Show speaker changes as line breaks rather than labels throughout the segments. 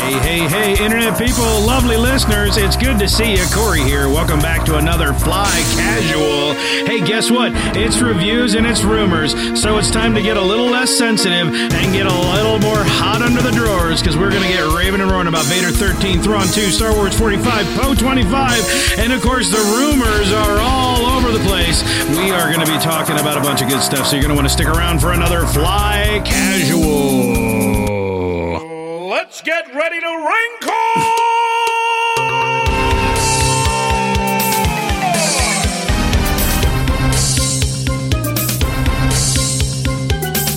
Hey, hey, hey, internet people, lovely listeners. It's good to see you. Corey here. Welcome back to another Fly Casual. Hey, guess what? It's reviews and it's rumors. So it's time to get a little less sensitive and get a little more hot under the drawers because we're going to get raving and roaring about Vader 13, Thrawn 2, Star Wars 45, Poe 25, and of course, the rumors are all over the place. We are going to be talking about a bunch of good stuff, so you're going to want to stick around for another Fly Casual.
Let's get ready to wrinkle!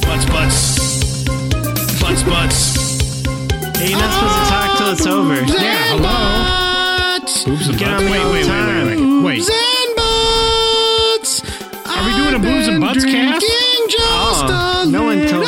Butts, butts. Butts, butts.
Hey, you're not supposed to talk till it's over. Yeah, hello.
Boobs and
Get on the
Wait,
wrong
wait, wait,
time.
wait, wait. Wait.
Are
we doing a Boobs and Butts cast?
Oh, no one told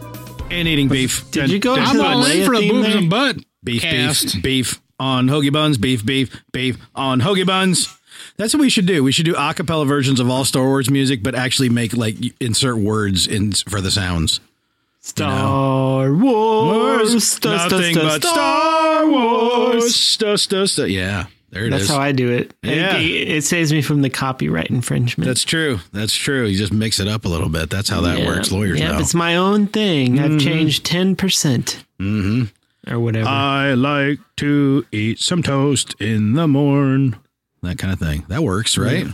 me.
And eating beef.
Did you go
And-
to
and
the
all
butts.
in
Leia
for a
theme
boobs
there?
and butt
beef,
cast.
beef, beef on hoagie buns, beef, beef, beef on hoagie buns. That's what we should do. We should do a cappella versions of all Star Wars music, but actually make like y- insert words in for the sounds.
Star Wars. Star, star,
Nothing
star,
but
star.
Star Wars. Stu, stu, stu. Yeah, there it is.
That's how I do it. It-
Yeah.
It, it saves me from the copyright infringement.
That's true. That's true. You just mix it up a little bit. That's how that
Yeah.
works. Lawyers
Yep,
know.
It's my own thing. I've changed 10%. Mm-hmm. Or whatever.
I like to eat some toast in the morn. That kind of thing. That works, right?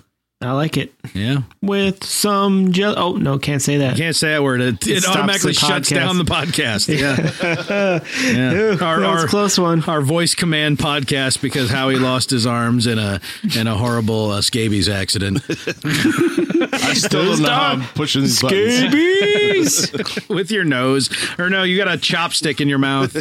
I like it.
Yeah.
With some jelly. Oh, no, can't say that.
Can't say that word. It, it,
stops the
automatically shuts
podcast.
down the podcast. Yeah. yeah. our,
that was
our-
a close one.
our voice command podcast because Howie lost his arms in a in a horrible uh, scabies accident
I still don't know how I'm pushing these buttons.
Babies!
with your nose. Or no, you got a chopstick in your mouth.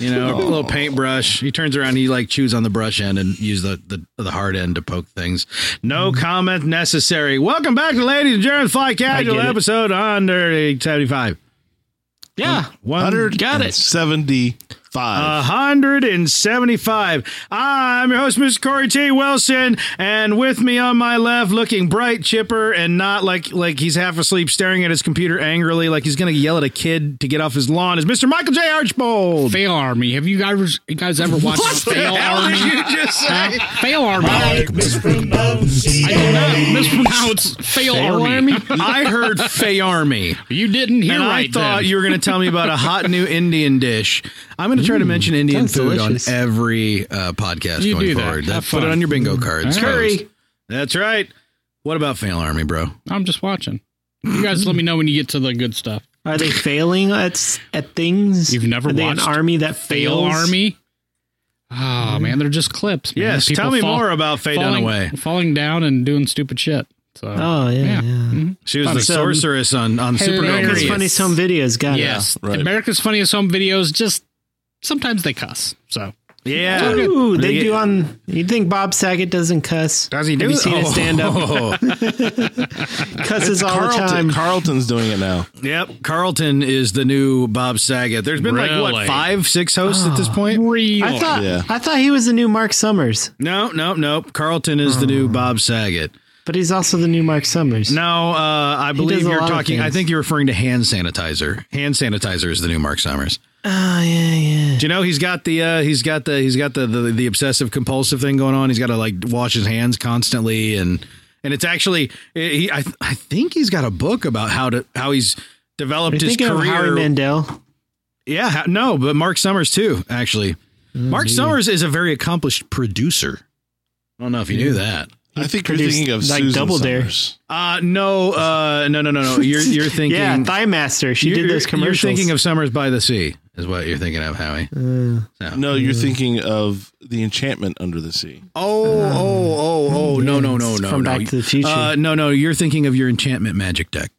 You know, a little paintbrush. He turns around, he like chews on the brush end and use the the, the hard end to poke things. No comment necessary. Welcome back to Ladies and Gentlemen Fly Casual
Mm-hmm. get it.
episode 175.
yeah.
One-
Got it. Uh,
75.
175. I'm your host, Mr. Corey T. Wilson, and with me on my left, looking bright, chipper, and not like like he's half asleep, staring at his computer angrily, like he's gonna yell at a kid to get off his lawn, is Mr. Michael J. Archbold.
Fail Army. Have you guys, you guys ever watched Fail Army?
just say?
Fail Army. I did not mispronounce Fail, Army.
I heard Fay Army.
You didn't hear
And
right
I thought
then.
you were going to tell me about a hot new Indian dish. I'm going to try to mention Indian
sounds
food
delicious.
on every uh, podcast
Mm. You
going
do that.
forward.
Have
That- put it
fun. Mm.
on your bingo cards. folks.
Curry.
That's right. What about Fail Army, bro?
I'm just watching. You guys let me know when you get to the good stuff.
Are they failing at at things?
You've never
Are they
watched
an army that
Fail
fails?
Army. Oh, man, they're just clips. Man.
Mm-hmm. Yes,
People
tell me
fall-
more about Faye
falling,
Dunaway.
falling down and doing stupid shit. So,
Oh yeah, yeah.
yeah. Mhm.
She was
Fun.
the
So-
sorceress on on
Hilarious.
America's
Supergirl.
Funniest Home Videos. Got
Yes,
Right.
America's Funniest Home Videos. Just sometimes they cuss. So
it.
Yeah.
Ooh,
They
they
get-
do on. You think Bob Sackett doesn't cuss?
Does he do Oh.
Have you seen his stand up?
up?
Cusses all the
Carlton,
time.
Carlton's doing it now.
yep. Carlton is the new Bob Saget. There's been like what
Really?
five, six hosts at
Ah.
this point.
real.
I thought
Yeah.
I thought he was the new Mark Summers,
No, no, no. Carlton is the
Hmm.
new Bob Saget.
but he's also the new Mark Summers.
No, uh, I believe
does a
you're
lot of
talking. I
things.
think you're referring to hand sanitizer. Hand sanitizer is the new Mark Summers.
Oh yeah, yeah.
Do you know he's got the uh, he's got the he's got the the, the obsessive compulsive thing going on. He's got to like wash his hands constantly, and and it's actually he I I think he's got a book about how to how he's
Are you
developed his
thinking of Howie
career.
Mandel?
yeah, ha- no, but Mark Summers too. Actually,
Mm-hmm.
Mark Summers is a very accomplished producer. I don't know if you knew that.
I think you're
produced,
thinking of
like,
Susan
Double Dare.
Summers.
Uh no, uh no, no, no, no. You're you're thinking.
Yeah, Thigh Master. She
you're,
did those commercials. Uh,
You're thinking of Summers by the Sea is what you're thinking of, Howie.
No, you're
Mm.
thinking of The Enchantment Under the Sea.
Oh, oh, oh, oh! No, no, no, no!
from
no.
Back to the Future.
Uh, no, no, you're thinking of your enchantment magic deck.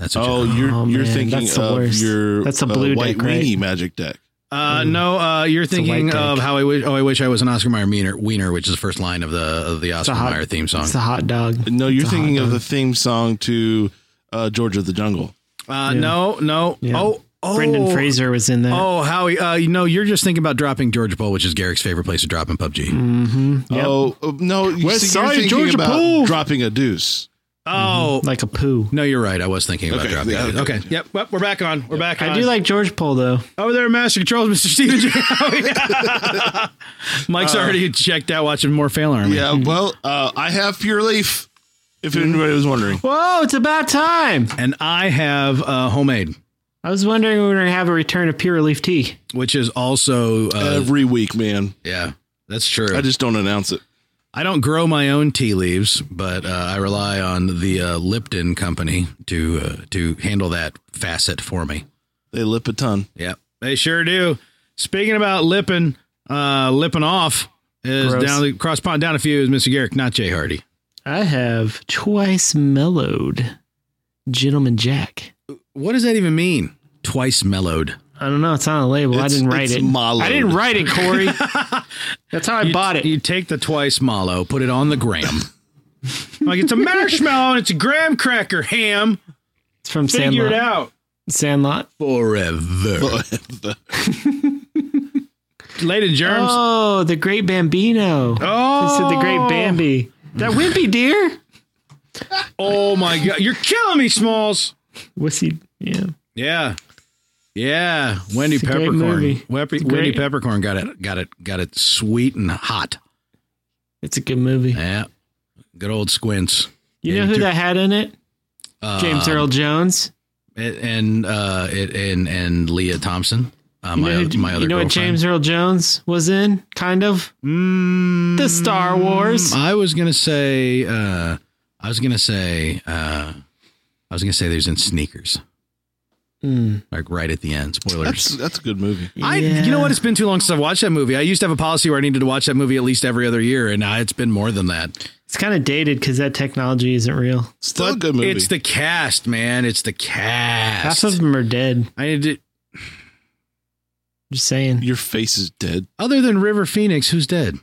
That's what
Oh,
you're.
you're
Oh,
you're
man,
thinking
that's the
of
worst.
your
That's a
uh,
blue
white
deck, right?
weenie magic deck.
Uh, no, uh, you're
a white
thinking
deck.
of how I wish. Oh, I wish I was an Oscar Mayer Wiener, Wiener, which is the first line of the of the Oscar
hot-
Mayer theme song.
It's a hot dog.
No, you're
It's a hot
thinking of
dog.
the theme song to uh, George of the Jungle.
Uh, No, no.
Yeah.
Oh, oh,
Brendan Fraser was in that.
Oh, Howie, uh, you know, you're just thinking about dropping George Bowl, which is Garrick's favorite place to drop in PUBG.
Oh uh, no, you
West
see, you're
Side
thinking
Georgia
about
Pool.
dropping a deuce.
Oh,
like a poo.
no, you're right. I was thinking about
Okay,
dropping
yeah,
it. Okay.
okay.
Yep. Well, we're back on. We're back on.
I do like George Pole though.
over there, Master Controls, Mr. Stephen J. Howie. Uh, Mike's already checked out watching more Fail Army.
Yeah, well, uh, I have Pure Leaf, if anybody was wondering.
Whoa, it's about time.
And I have uh, Homemade,
I was wondering when we were gonna have a return of Pure Leaf Tea.
which is also. Uh,
Every week, man.
yeah, that's true.
I just don't announce it.
I don't grow my own tea leaves, but uh, I rely on the uh, Lipton company to uh, to handle that facet for me.
They lip a ton.
Yep, they sure do. Speaking about lipping, uh, lipping off is
Gross.
down the cross pond down a few is Mr. Garrick, not Jay Hardy.
I have twice mellowed Gentleman Jack.
What does that even mean? Twice mellowed.
I don't know. It's on the label. I
It's-
didn't write
it's
it.
mellowed.
I didn't write it, Corey. That's how I bought it.
You take the twice mallow, put it on the gram. like it's a marshmallow and it's a graham cracker ham.
it's from
Figure
Sandlot.
it out.
Sandlot.
Forever. Lady Germs.
Oh, the Great Bambino.
Oh.
this is the Great Bambi. That wimpy deer.
Oh my god, you're killing me, Smalls.
What's he? Yeah.
Yeah, yeah. Wendy
It's a great
Peppercorn.
movie.
Wep-
It's
Wendy
great.
Peppercorn got it, got it, got it sweet and hot.
It's a good movie.
Yeah, good old squints.
You know
Yeah, Um,
who
too.
that had in it? James Earl Jones.
And- and uh, it, and and Leah Thompson. Uh,
You
my
know,
oth-
who,
my other
you know what
girlfriend.
James Earl Jones was in? Kind of
Mm,
the Star Wars.
I was gonna say. Uh, I was gonna say. Uh, I was gonna say. There's in sneakers.
Hmm.
Like right at the end. Spoilers.
That's that's a good movie.
I,
Yeah.
you know what? It's been too long since I've watched that movie. I used to have a policy where I needed to watch that movie at least every other year, and I, it's been more than that.
It's kind of dated because that technology isn't real.
Still a good movie.
It's the cast, man. It's the cast.
Half of them are dead.
I need to,
Just saying.
Your face is dead.
other than River Phoenix, who's dead?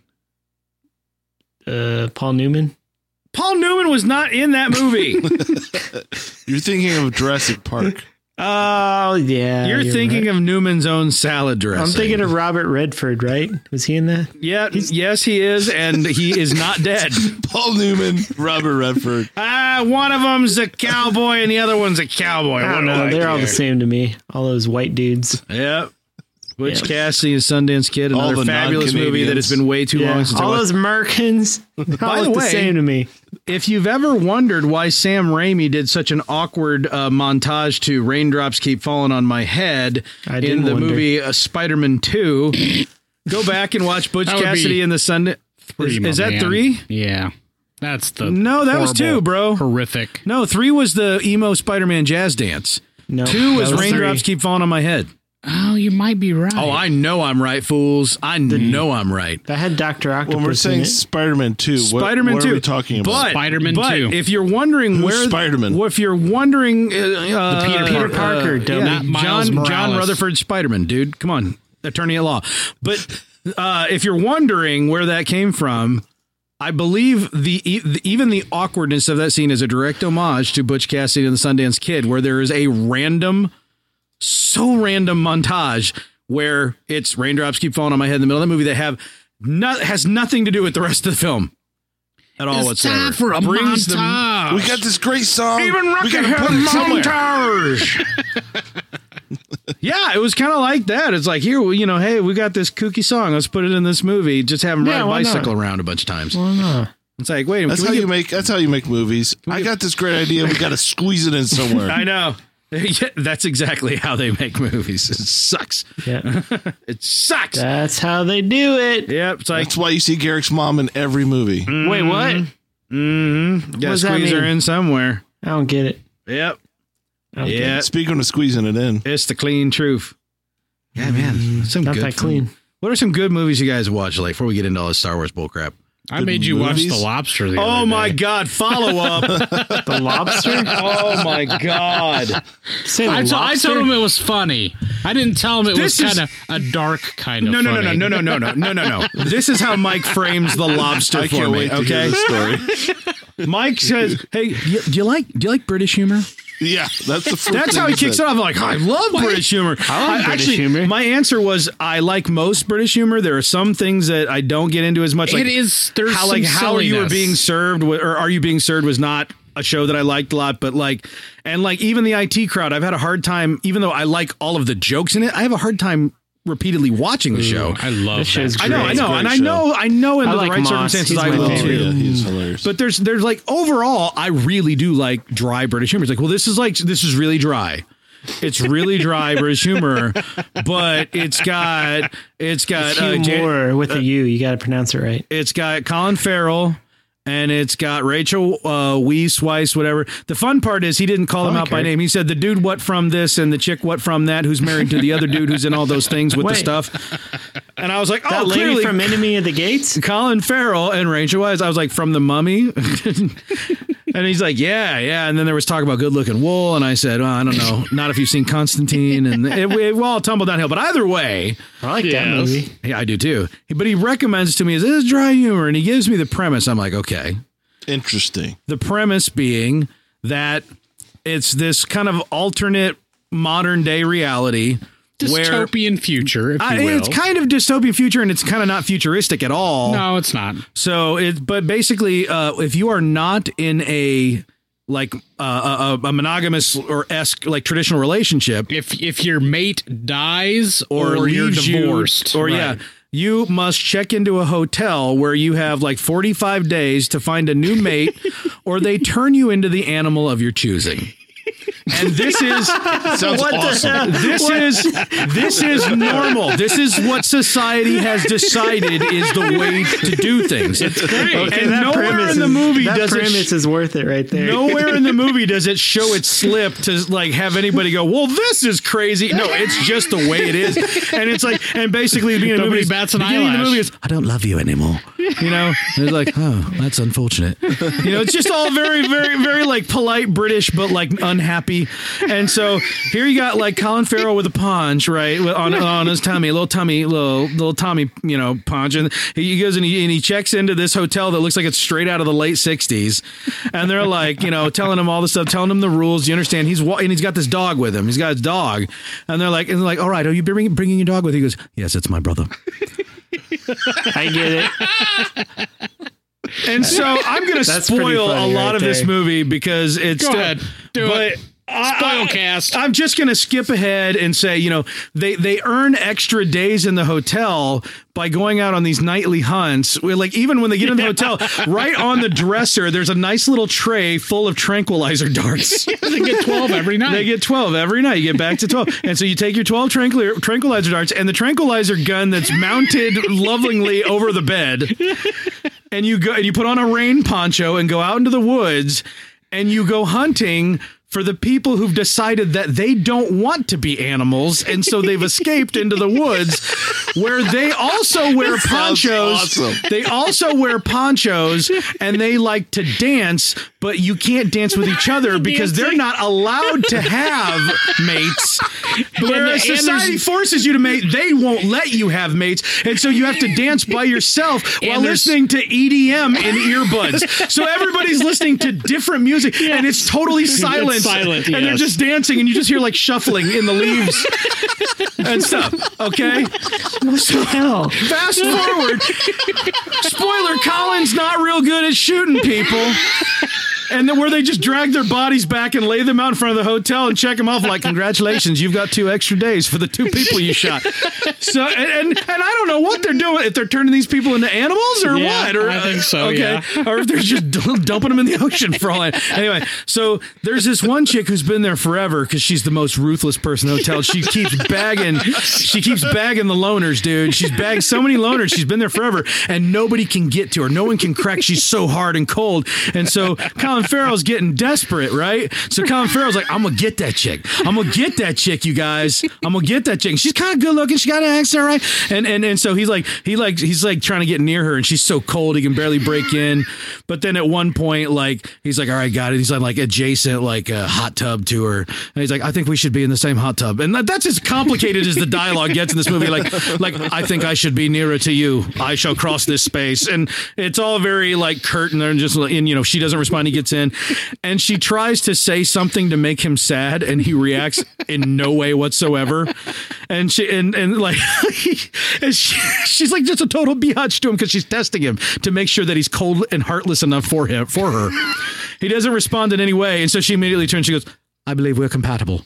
Uh, Paul Newman.
Paul Newman was not in that movie.
You're thinking of Jurassic Park.
Oh yeah.
you're, thinking of Newman's own salad dressing.
I'm thinking of Robert Redford. Right? Was he in that?
yeah, yes, he is, and he is not dead.
Paul Newman, Robert Redford.
Ah, one of them's a cowboy, and the other one's a cowboy.
I don't
What do
know.
I
They're all the
care?
same to me. All those white dudes.
Yep. Which
Yeah.
Cassidy and Sundance Kid,
All
another
the
fabulous movie that has
non-Canadians.
been way too long
Yeah.
since I
All
watched.
those Merkins.
By
all
the
look the
way-
same to me.
If you've ever wondered why Sam Raimi did such an awkward uh, montage to Raindrops Keep Falling on My Head
I
in
didn't
the
wonder.
movie uh, Spider Man 2, go back and watch Butch
That would
Cassidy
be
and the Sunday.
Three,
Is,
my
is that
man.
three?
Yeah. That's the.
No, that was
horrible,
two, bro.
Horrific.
No, three was the emo Spider Man jazz dance.
No,
Two was,
that
Raindrops
three.
Keep Falling on My Head.
Oh, you might be right.
Oh, I know I'm right, fools. I know I'm right.
That had Doctor Octopus.
When we're saying
in it.
Spider Man 2, what,
Spider Man
what
Two.
are we talking about?
But-
Spider-Man
but
2.
If you're wondering where
Spider-Man?
well, if you're wondering, uh, uh,
Peter
Peter Parker,
yeah,
dummy.
Not Miles
John, John
Morales.
Rutherford Spider-Man, dude. Come on, attorney at law. But uh, if you're wondering where that came from, I believe the, e- the even the awkwardness of that scene is a direct homage to Butch Cassidy and the Sundance Kid, where there is a random, so random montage where it's raindrops keep falling on my head in the middle of that movie that have not has nothing to do with the rest of the film at all
it's
whatsoever.
time for a
Brings the-
montage.
we got this great song. we
Rocket
gotta
had
put
a
it somewhere.
montage. yeah, it was kind of like that. It's like here, well, you know, hey, we got this kooky song. Let's put it in this movie. Just have him
Yeah,
ride a
why not?
bicycle around a bunch of times.
Why not?
It's like, wait, a minute,
That's
can
how
we
you make that's how you make movies. I got this great idea. We gotta squeeze it in
get-
somewhere.
I know. Yeah, that's exactly how they make movies. It sucks.
Yeah,
It sucks.
that's how they do it.
yep. It's like,
That's why you see Garrick's mom in every movie.
Wait, what?
gotta
does that
squeeze her
mean?
in somewhere.
I don't get it.
Yep.
I don't get it.
Yeah.
Speaking of squeezing it in,
It's the clean truth. Yeah, man. Some
Not
good
that
film.
clean.
What are some good movies you guys watch like before we get into all this Star Wars bullcrap?
I made you watch
movies?
The Lobster. The
Oh
other
my
day.
God! Follow up.
The lobster?
oh my God!
Say the
I, t- I
lobster?
told him it was funny. I didn't tell him it
This
was
is-
kind of a dark kind of.
No, no, no, no,
funny.
no, no, no, no, no, no, no. This is how Mike frames the lobster
I
for
can't
me.
wait to
okay,
hear the story.
Mike says, "Hey, you, do you like do you like British humor?"
yeah, that's the first
That's
thing
how he kicks it
said.
off. Like, I love British humor. I
like British
actually,
humor.
My answer was, I like most British humor. There are some things that I don't get into as much. Like
It is- there's
how
some
like how you were
silliness.
being served wa- or are you being served was not a show that I liked a lot, but like, and like even the IT crowd, I've had a hard time. Even though I like all of the jokes in it, I have a hard time repeatedly watching the show.
I love
This show's
that.
I know, I
great.
know,
Mm. Great
and I
show.
know, I know. In
I
the
like
right
Moss.
circumstances,
He's
I
my
will
favorite.
too.
Oh, yeah, he's hilarious.
But there's there's like overall, I really do like dry British humor. It's like, well, this is like this is really dry. It's really dry British humor, but it's got it's got uh,
Hugh
Jan-
Moore with a U. You got to pronounce it right.
it's got Colin Farrell and it's got Rachel uh, Weiss, Weiss, whatever. The fun part is he didn't call him
I
out by
care.
name. He said the dude what from this and the chick what from that who's married to the other dude who's in all those things with the
Wait.
stuff. And I was like, oh,
That lady
clearly
from Enemy of the Gates.
Colin Farrell and Rachel Weisz. I was like, from the Mummy, and he's like, yeah, yeah. And then there was talk about good looking wool, and I said, well, I don't know, not if you've seen Constantine, and it, it all tumbled downhill. But either way,
I like that
Yes.
movie.
yeah, I do too. But he recommends to me is this is dry humor, and he gives me the premise. I'm like, okay,
Interesting.
the premise being that it's this kind of alternate modern day reality where.
Dystopian future, if
I,
you will.
it's kind of dystopian future, and it's kind of not futuristic at all.
no, it's not.
So it, but basically, uh, if you are not in a like uh, a, a monogamous or esque like traditional relationship,
If if your mate dies or, you're
leaves you-
divorced,
or yeah, you must check into a hotel where you have like forty five days to find a new mate, or they turn you into the animal of your choosing. And this is
Sounds awesome.
this is this is normal. This is what society has decided is the way to do things. It's great.
Okay,
and
that
nowhere
premise
in the
is-
movie
that
does it
premise is worth it right there.
Nowhere in the movie does it show it slip to like have anybody go, "Well, this is crazy." No, it's just the way it is, and it's like, and basically, being
Nobody
movie, is-
bats an
beginning of The
eyelash.
movie is, I don't love you anymore. You know, and it's like, oh, that's unfortunate. You know, it's just all very, very, very like polite British, but like unhappy. And so here you got like Colin Farrell with a punch, right, with- on on his tummy, a little tummy, little little Tommy, you know, punch, and he goes and he and he checks into this hotel that looks like it's straight out of the late '60s, and they're like, you know, telling him all this stuff, telling him the rules. You understand? He's wa- and he's got this dog with him. He's got his dog, and they're like, and they're like, all right, are you bringing bringing your dog with? you? He goes, yes, it's my brother.
I get it.
And so I'm going to
That's pretty
spoil a
funny
lot
right
of this
there.
movie because it's.
Go
still-
ahead. Do
but I-
it.
I-
Spoilcast.
I'm just going to skip ahead and say, you know, they they earn extra days in the hotel by going out on these nightly hunts. We're Like even when they get in the hotel, right on the dresser, there's a nice little tray full of tranquilizer darts.
they get twelve every night.
They get 12 every night. You get back to 12. And so you take your 12 tranquil- tranquilizer darts and the tranquilizer gun that's mounted lovingly over the bed. And you go and you put on a rain poncho and go out into the woods and you go hunting for the people who've decided that they don't want to be animals and so they've escaped into the woods where they also wear ponchos
awesome.
they also wear ponchos and they like to dance, but you can't dance with each other because they're not allowed to have mates. Whereas
and
society
there's-
forces you to mate, they won't let you have mates. And so you have to dance by yourself while
there's-
listening to EDM in earbuds. So everybody's listening to different music and it's totally silent.
silent,
and they're
yes.
just dancing and you just hear like shuffling in the leaves and stuff. Okay?
What the hell?
Fast forward. Spoiler: Colin's not real good at shooting people. And then where they just drag their bodies back and lay them out in front of the hotel and check them off like, congratulations, you've got two extra days for the two people you shot. So and and, and I don't know what they're doing if they're turning these people into animals or
Yeah,
what. Or
I think so, yeah.
or if they're just d- dumping them in the ocean for all. I, anyway, so there's this one chick who's been there forever because she's the most ruthless person in the hotel. She keeps bagging, she keeps bagging the loners, dude. She's bagged so many loners. She's been there forever, and nobody can get to her. No one can crack. She's so hard and cold. And so Colin Farrell's getting desperate, right? So Colin Farrell's like, I'm gonna get that chick. I'm gonna get that chick, you guys. I'm gonna get that chick. She's kind of good looking. She got an accent, right? And and and so he's like, he like, he's like trying to get near her, and she's so cold he can barely break in. But then at one point, like, he's like, all right, got it. He's like, like adjacent, like a hot tub to her, and he's like, I think we should be in the same hot tub. And that, that's as complicated as the dialogue gets in this movie. Like, like I think I should be nearer to you. I shall cross this space, and it's all very like curt and they're just like- and you know she doesn't respond. He gets in, and she tries to say something to make him sad, and he reacts in no way whatsoever. And she and and like and she, she's like just a total biatch to him because she's testing him to make sure that he's cold and heartless enough for him for her. He doesn't respond in any way, and so she immediately turns. She goes, "I believe we're compatible."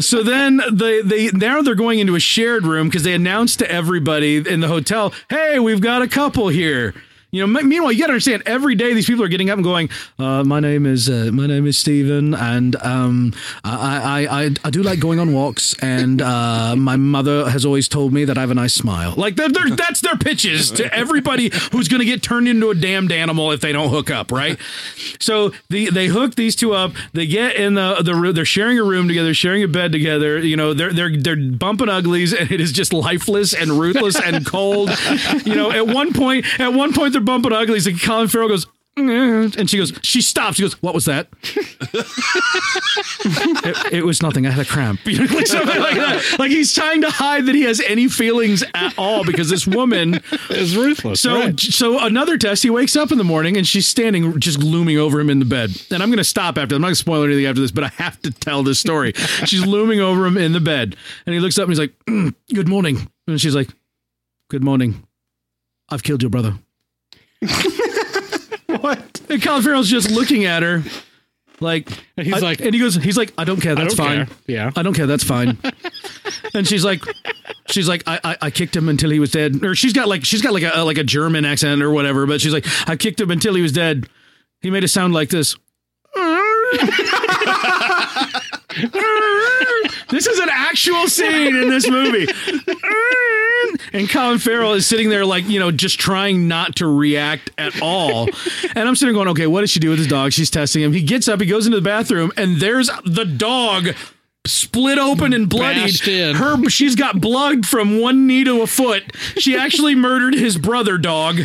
so then they they now they're going into a shared room because they announced to everybody in the hotel, "Hey, we've got a couple here." You know, me- meanwhile, you got to understand. Every day, these people are getting up and going. Uh, my name is uh, my name is Stephen, and um, I, I I I do like going on walks, and uh, my mother has always told me that I have a nice smile. Like they're, they're, that's their pitches to everybody who's going to get turned into a damned animal if they don't hook up, right? So the they hook these two up. They get in the the room. They're sharing a room together, sharing a bed together. You know, they're they're they're bumping uglies, and it is just lifeless and ruthless and cold. You know, at one point, at one point, they're bumping uglies, and Colin Farrell goes. "Mm," And she goes, she stops. She goes, What was that? it, it was nothing. I had a cramp. You know, like something like that. Like he's trying to hide that he has any feelings at all because this woman
It's ruthless.
so,
right.
so another test. He wakes up in the morning and she's standing, just looming over him in the bed. And I'm going to stop after. I'm not going to spoil anything after this, but I have to tell this story. she's looming over him in the bed, and he looks up and he's like, "Mm, "Good morning," and she's like, "Good morning." I've killed your brother.
what?
And Colin Farrell's just looking at her, like
And he's
I-
like-
and he goes, he's like, "I don't care. That's
don't
fine.
care." Yeah.
I don't care. That's fine." and she's like, she's like, I, I, I kicked him until he was dead. Or she's got like, she's got like a like a German accent or whatever. But she's like, I kicked him until he was dead. He made a sound like this. this is an actual scene in this movie. And Colin Farrell is sitting there, like, you know, just trying not to react at all. And I'm sitting there going, okay, what does she do with his dog? She's testing him. He gets up, he goes into the bathroom, and there's the dog split open and bloodied.
Bashed in.
Her, she's got blood from one knee to a foot. She actually murdered his brother dog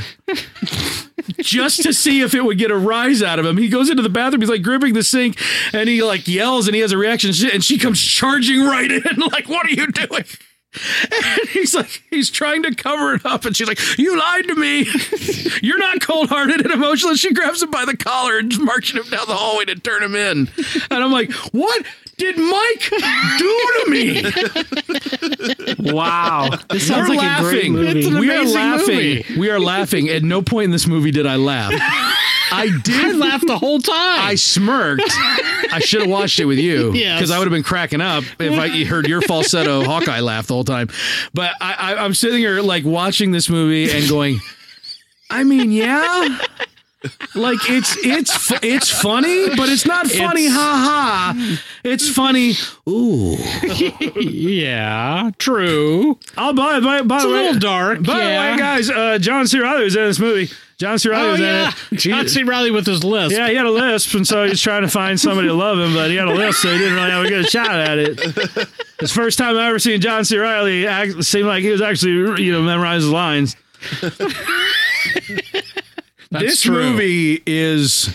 just to see if it would get a rise out of him. He goes into the bathroom. He's like gripping the sink, and he like yells, and he has a reaction, She- and she comes charging right in, like, "What are you doing?" And he's like, he's trying to cover it up, and she's like, "You lied to me. You're not cold hearted and emotional." She grabs him by the collar and marches him down the hallway to turn him in. And I'm like, "What did Mike do to me?"
Wow. This sounds
We're
like a great
laughing.
movie.
an
we are
amazing
laughing.
movie.
We are laughing. At no point in this movie did I laugh. I
I
did
laughed the whole time.
I smirked. I should have watched it with you because
Yes.
I would have been cracking up if I you heard your falsetto Hawkeye laugh the whole time. But I, I, I'm sitting here like watching this movie and going, I mean, yeah. Like it's it's fu- it's funny, but it's not funny.
It's-
Ha ha! It's funny. Ooh,
yeah, true.
I'll buy. By, by
It's a
the way,
little dark.
by
yeah.
the way, guys, uh, John C. Riley was in this movie. John C. Riley
Oh
was
yeah,
in it.
John C. Riley with his list.
Yeah, he had a lisp, and so he was trying to find somebody to love him, but he had a lisp, so he didn't really have a good shot at it. It's the first time I ever seen John C. Riley act, seemed like he was actually you know memorizing his lines. this
true.
movie is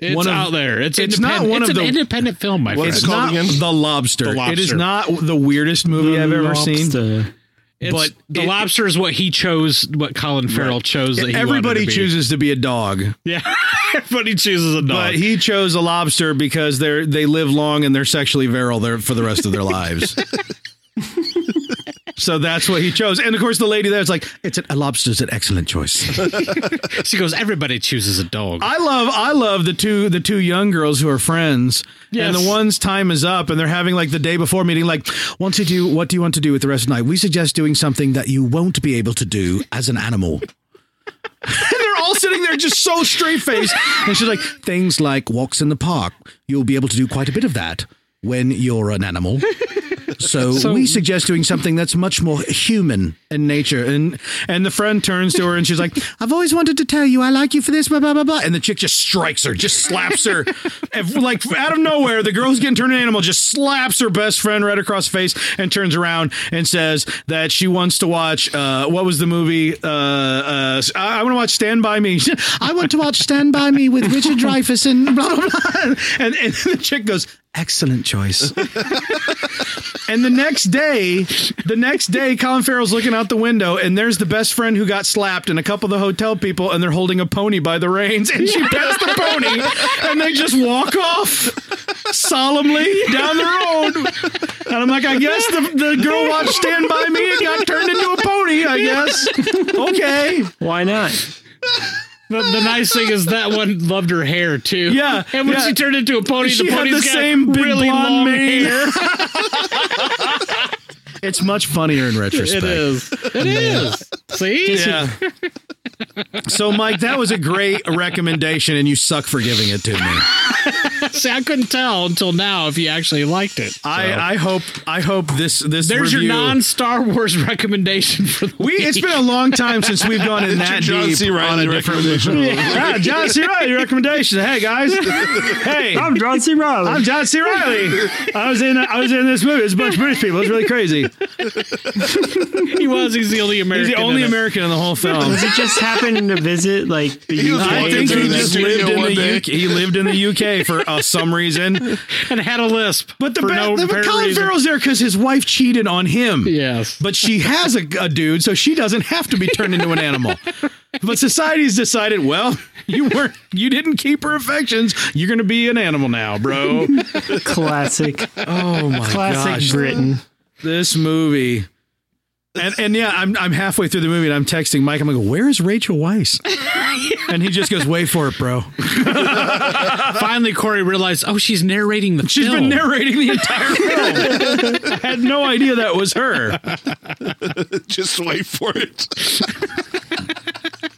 it's
one of-
out there. It's
it's not
independent-
one
it's
of
an
the-
independent film, my friend.
is it called? again?
the lobster.
The
It is
Lobster.
not the weirdest movie I've ever seen.
Lobster.
It's-
but
the
it-
lobster is what he chose. What Colin Farrell chose. That he wanted
Everybody
to be.
chooses to be a dog.
Yeah, everybody chooses a dog.
But he chose a lobster because they're they live long and they're sexually virile there for the rest of their lives. so that's what he chose. And of course, the lady there's like, it's a, a lobster's an excellent choice.
she goes. Everybody chooses a dog.
I love I love the two the two young girls who are friends.
Yes.
And the one's time is up and they're having like the day before meeting, like, want to do what do you want to do with the rest of the night? We suggest doing something that you won't be able to do as an animal. and they're all sitting there just so straight faced. And she's like, things like walks in the park, you'll be able to do quite a bit of that when you're an animal. So, we suggest doing something that's much more human in nature. And and the friend turns to her and she's like, I've always wanted to tell you I like you for this, blah blah blah blah. And the chick just strikes her, just slaps her. If- like out of nowhere, the girl's getting turned into an animal, just slaps her best friend right across the face and turns around and says that she wants to watch uh, what was the movie? Uh, uh, I, I want to watch Stand By Me. I want to watch Stand By Me with Richard Dreyfuss and blah blah blah. And and the chick goes, Excellent choice. And the next day, the next day, Colin Farrell's looking out the window, and there's the best friend who got slapped, and a couple of the hotel people, and they're holding a pony by the reins, and she pets the pony, and they just walk off solemnly down the road. And I'm like, I guess the, the girl watched Stand By Me and got turned into a pony, I guess. Okay.
Why not?
The, the nice thing is that one loved her hair too.
Yeah,
and when
yeah.
she turned into a pony,
She
the
had
pony's
the
got
same big
really
blonde
long
mane.
hair.
It's much funnier in retrospect.
It is. It is. See,
Yeah.
So, Mike, that was a great recommendation, and you suck for giving it to me.
See, I couldn't tell until now if you actually liked it.
I, I hope I hope this this
There's
review,
your non Star Wars recommendation for the
We, it's
week.
been a long time since we've gone in that
John
deep
C.
on
Riley
a different.
recommendation.
Ah, John C. Riley recommendation. Hey guys, hey,
I'm John C. Riley.
I'm John C. Riley. I was in I was in this movie. It was a bunch of British people. It was really crazy.
he was. He's the only American.
He's the only
in it.
American in the whole film.
Was it just happening to visit like the
was
UK?
walking
I think
through
he
the
just
studio
lived in
one
the
day.
UK. He lived in the UK for uh, some reason.
and had a lisp.
But the,
for
ba-
no
the
apparent
Colin
reason.
Farrell's there because his wife cheated on him.
Yes.
But she has a, a dude, so she doesn't have to be turned into an animal. But society's decided, well, you weren't, you didn't keep her affections. You're going to be an animal now, bro.
Classic,
Oh my
classic
gosh,
Britain.
this movie. And, and yeah, I'm I'm halfway through the movie and I'm texting Mike. I'm like, where is Rachel Weisz? And he just goes, wait for it, bro.
Finally, Corey realized, oh, she's narrating the
She's
film.
been narrating the entire film. I had no idea that was her.
Just wait for it.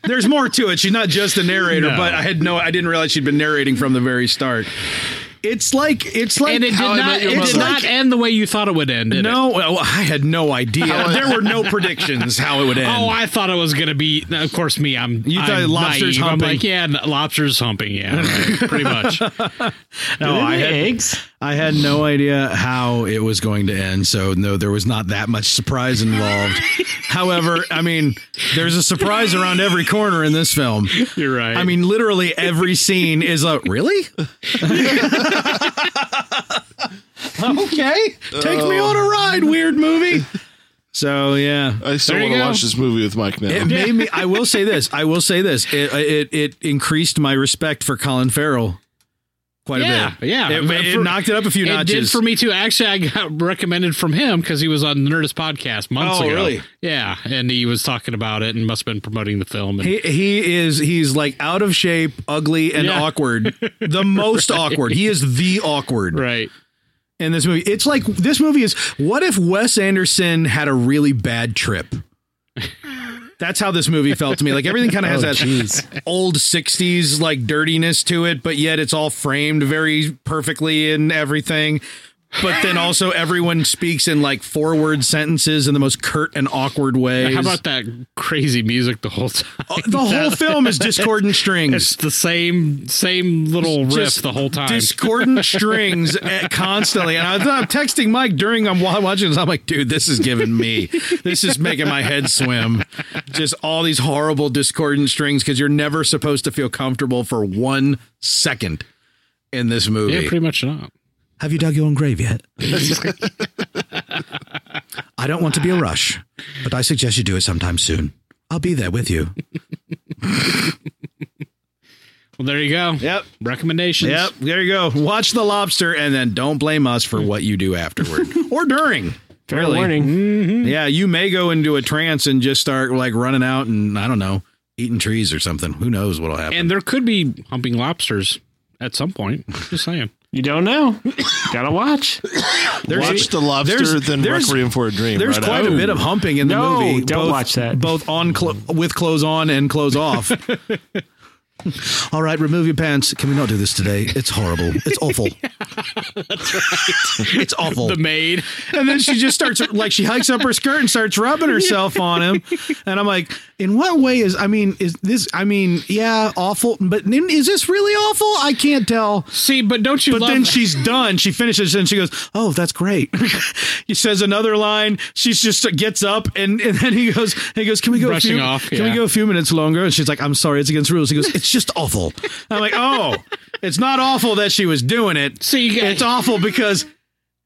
There's more to it. She's not just a narrator,
No.
but I had no I didn't realize she'd been narrating from the very start. It's like it's like
and it did
How I
not.
Met Your
It did
Mother.
not end the way you thought it would end. Did It?
no, well, I had no idea. There were no predictions how it would end.
Oh, I thought it was gonna be. Of course, me. I'm.
You thought
I'm
lobster's
naive. I'm
humping.
like, yeah, n- lobsters humping. Yeah, right, pretty much.
no,
Did they
I
lay
had
eggs.
I had no idea how it was going to end, so no, there was not that much surprise involved. However, I mean, there's a surprise around every corner in this film.
You're right.
I mean, literally every scene is a really. okay, take me on a ride, weird movie. So yeah,
I still
There you
want to
go.
watch this movie with Mike now.
it made me. I will say this. I will say this. It it, it increased my respect for Colin Farrell quite
Yeah,
a bit.
yeah.
it, it
For-
knocked it up a few
It
notches.
did for me too. Actually, I got recommended from him because he was on the Nerdist podcast months
Oh,
ago.
really?
Yeah, and he was talking about it and must have been promoting the film. And
He, he is he's like out of shape, ugly, and
Yeah.
awkward. The most awkward. He is the awkward
right.
in this movie. It's like this movie is what if Wes Anderson had a really bad trip? That's how this movie felt to me. Like everything kind of has
Oh,
that
jeez.
old '60s like dirtiness to it, but yet it's all framed very perfectly and everything. But then also everyone speaks in like four word sentences in the most curt and awkward ways.
How about that crazy music the whole time?
the whole film is discordant strings.
It's the same same little riff
Just
the whole time.
Discordant strings eh, constantly, and I, I'm texting Mike during I'm wa- watching this. I'm like, dude, this is giving me, this is making my head swim. Just all these horrible discordant strings because you're never supposed to feel comfortable for one second in this movie.
yeah, pretty much not.
Have you dug your own grave yet? I don't want to be a rush, but I suggest you do it sometime soon. I'll be there with you.
Well, there you go.
Yep.
Recommendations.
Yep, there you go. Watch the lobster and then don't blame us for what you do afterward or during.
Fair
Mm.
warning.
Yeah, you may go into a trance and just start like running out and I don't know, eating trees or something. Who knows what'll happen?
And there could be humping lobsters at some point. Just saying.
You don't know. Gotta watch.
watch the lobster,
there's-
then
there's-
Requiem for a Dream.
There's
right
quite
after.
a bit of humping in the
No,
movie.
don't
both-
watch that.
Both on clo- with clothes on and clothes off. All right, remove your pants. Can we not do this today? It's horrible. It's awful. That's right. it's awful.
The maid.
And then she just starts like she hikes up her skirt and starts rubbing herself on him. And I'm like, in what way is I mean, is this I mean, yeah, awful, but then is this really awful? I can't tell.
See, but don't you
But
love
then she's done. She finishes and she goes, "Oh, that's great." he says another line. She just gets up and, and then he goes, "He goes, can we go?
Brushing
a few,
off,
Can we
yeah.
go a few minutes longer?" And she's like, "I'm sorry, it's against rules." He goes, "It's just awful." I'm like, "Oh, it's not awful that she was doing it.
So you got-
it's awful because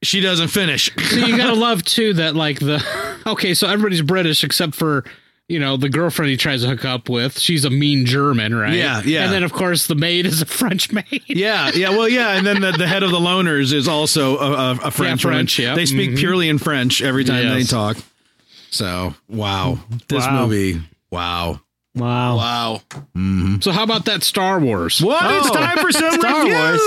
she doesn't finish."
So you gotta love too that like the okay, so everybody's British except for you know the girlfriend he tries to hook up with. She's a mean German, right?
Yeah, yeah.
And then of course the maid is a French maid.
Yeah, yeah, well, yeah, and then the, the head of the loners is also a, a, a French. one.
French, yeah.
They speak
Mhm.
purely in French every time they
Yes.
talk. So, wow, this
Wow.
movie, wow,
Wow.
Wow.
So how about that Star Wars?
What? It's
Oh.
time for some
Star
reviews.
Wars.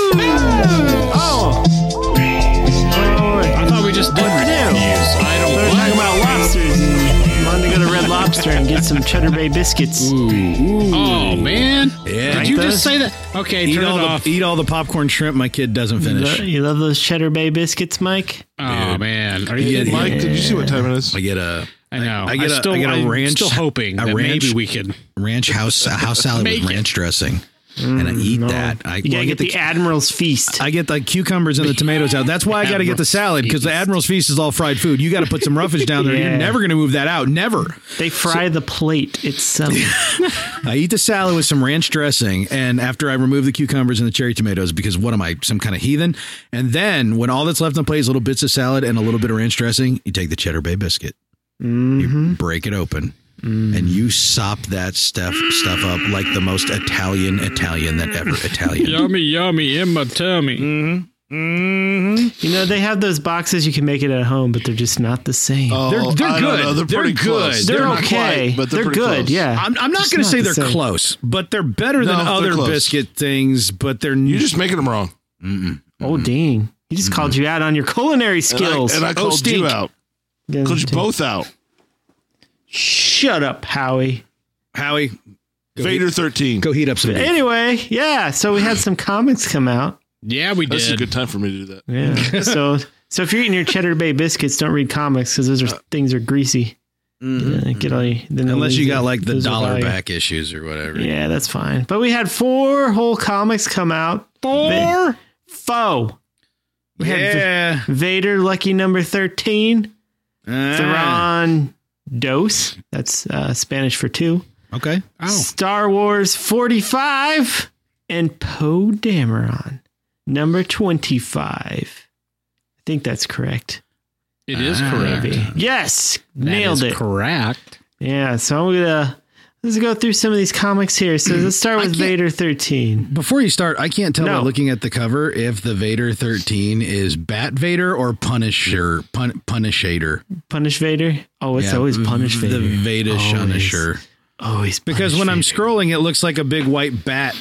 Oh,
I thought we just did
What to do?
reviews. I don't
We're talking about lobsters and wanted to go to Red Lobster and get some Cheddar Bay biscuits.
Oh man!
Yeah.
Did you
Like those?
just say that? Okay,
eat
turn it
all
off.
the eat all the popcorn shrimp my kid doesn't finish.
You love those Cheddar Bay biscuits, Mike?
oh man, are you?
Yeah,
Mike, did you see what time it is?
I get a
I know.
I get a-
still,
I get a
I'm
ranch-
Still hoping
a
that
ranch-
maybe we can.
ranch house a house salad
Make
with
it.
ranch dressing, and I eat that. I,
You
well, I
gotta get the Admiral's Feast.
I get the cucumbers and the tomatoes out. That's why I got to get the salad because the Admiral's Feast is all fried food. You got to put some roughage down there. You're
Yeah.
never going to move that out. Never.
They fry the plate. It's um,
I eat the salad with some ranch dressing, and after I remove the cucumbers and the cherry tomatoes, because what am I, some kind of heathen? And then when all that's left on the plate is little bits of salad and a little bit of ranch dressing, you take the cheddar bay biscuit, you break it open,
and you sop that stuff stuff up like the most Italian Italian that ever Italian.
yummy, yummy in my tummy.
Mm.
you know they have those boxes you can make it at home, but they're just not the same.
they're,
they're good.
Uh, They're
They're
pretty
good.
close.
they're,
not
okay,
quite, but they're, pretty
good.
close.
Yeah,
I'm, I'm not
Just
going to say
the
they're
same.
close, but they're better than
No, they're
other
close.
biscuit things. But they're
You're just making them wrong.
Oh dang! He just called you out on your culinary
Mm-hmm. And I,
skills. Oh,
and I called you
stink.
out.
Yeah,
Called you
dude.
both out.
Shut up, Howie.
Howie.
Vader 13.
Go heat up some.
Anyway, yeah. So we had some comments come out.
Yeah, we
This is a
did.
good time for me to do that.
Yeah. so so if you're eating your Cheddar Bay biscuits, don't read comics because those are things are greasy. Yeah, get all your, then they
Uh, mm-hmm. Unless
lose
you
their-
got like the
lose their
dollar
value.
back issues or whatever.
Yeah, that's fine. But we had four whole comics come out. Four. Foe. We had
Yeah.
V- Vader, Lucky Number Thirteen,
Ah,
Theron Dos. That's uh, Spanish for two.
okay.
Star Wars 45 and Poe Dameron, number 25. I think that's correct.
It is correct.
Maybe. Yes,
That
nailed
Ah, is
it.
Correct.
yeah, so I'm gonna let's go through some of these comics here. So let's start with Vader 13.
Before you start, I can't tell
No.
by looking at the cover if the Vader 13 is Bat Vader or Punisher pun, Punishator.
Punish Vader. Oh, it's
Yeah,
always Punish Vader.
The Vader
Always.
Punisher.
Always Punish
Because when I'm
Vader.
scrolling, it looks like a big white bat,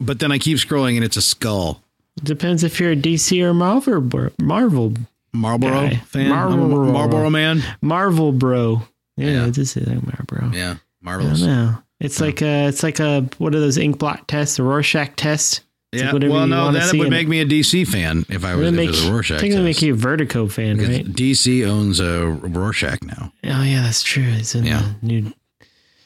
but then I keep scrolling and it's a skull.
depends if you're a DC or Marvel bro. Marvel
Marlboro
Guy.
fan,
Marlboro.
I'm a Marlboro man.
Marvel bro. Yeah, I did say that Marlboro.
Yeah,
I
marvelous.
don't know. It's like a, it's like a what are those ink blot tests, the Rorschach test? It's
Yeah.
like whatever
well,
you
no,
wanna
that
see
would
in it.
make me a DC fan if I
was-
It would
if it
make,
was a Rorschach
I think it would
test.
make you a Vertigo fan, right?
DC owns a Rorschach now.
Oh yeah, that's true. He's in
Yeah.
the new.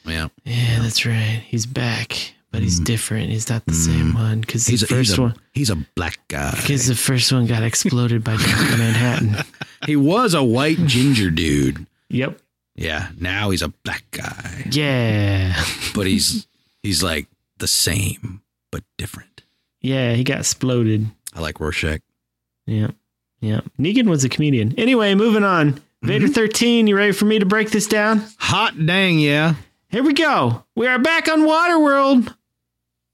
Yeah, Hmm.
Yeah, that's right. He's back, but he's different. He's not the same one because the
he's a,
first
he's a,
one.
he's a black guy.
Because the first one got exploded by Dr. Manhattan.
He was a white ginger dude.
Yep.
Yeah, now he's a black guy,
Yeah.
but he's he's like the same but different.
Yeah, he got exploded.
I like Rorschach.
Yep. Yep. Negan was a comedian. Anyway, moving on.
Mm-hmm.
Vader 13, you ready for me to break this down?
Hot dang, yeah.
Here we go. We are back on Waterworld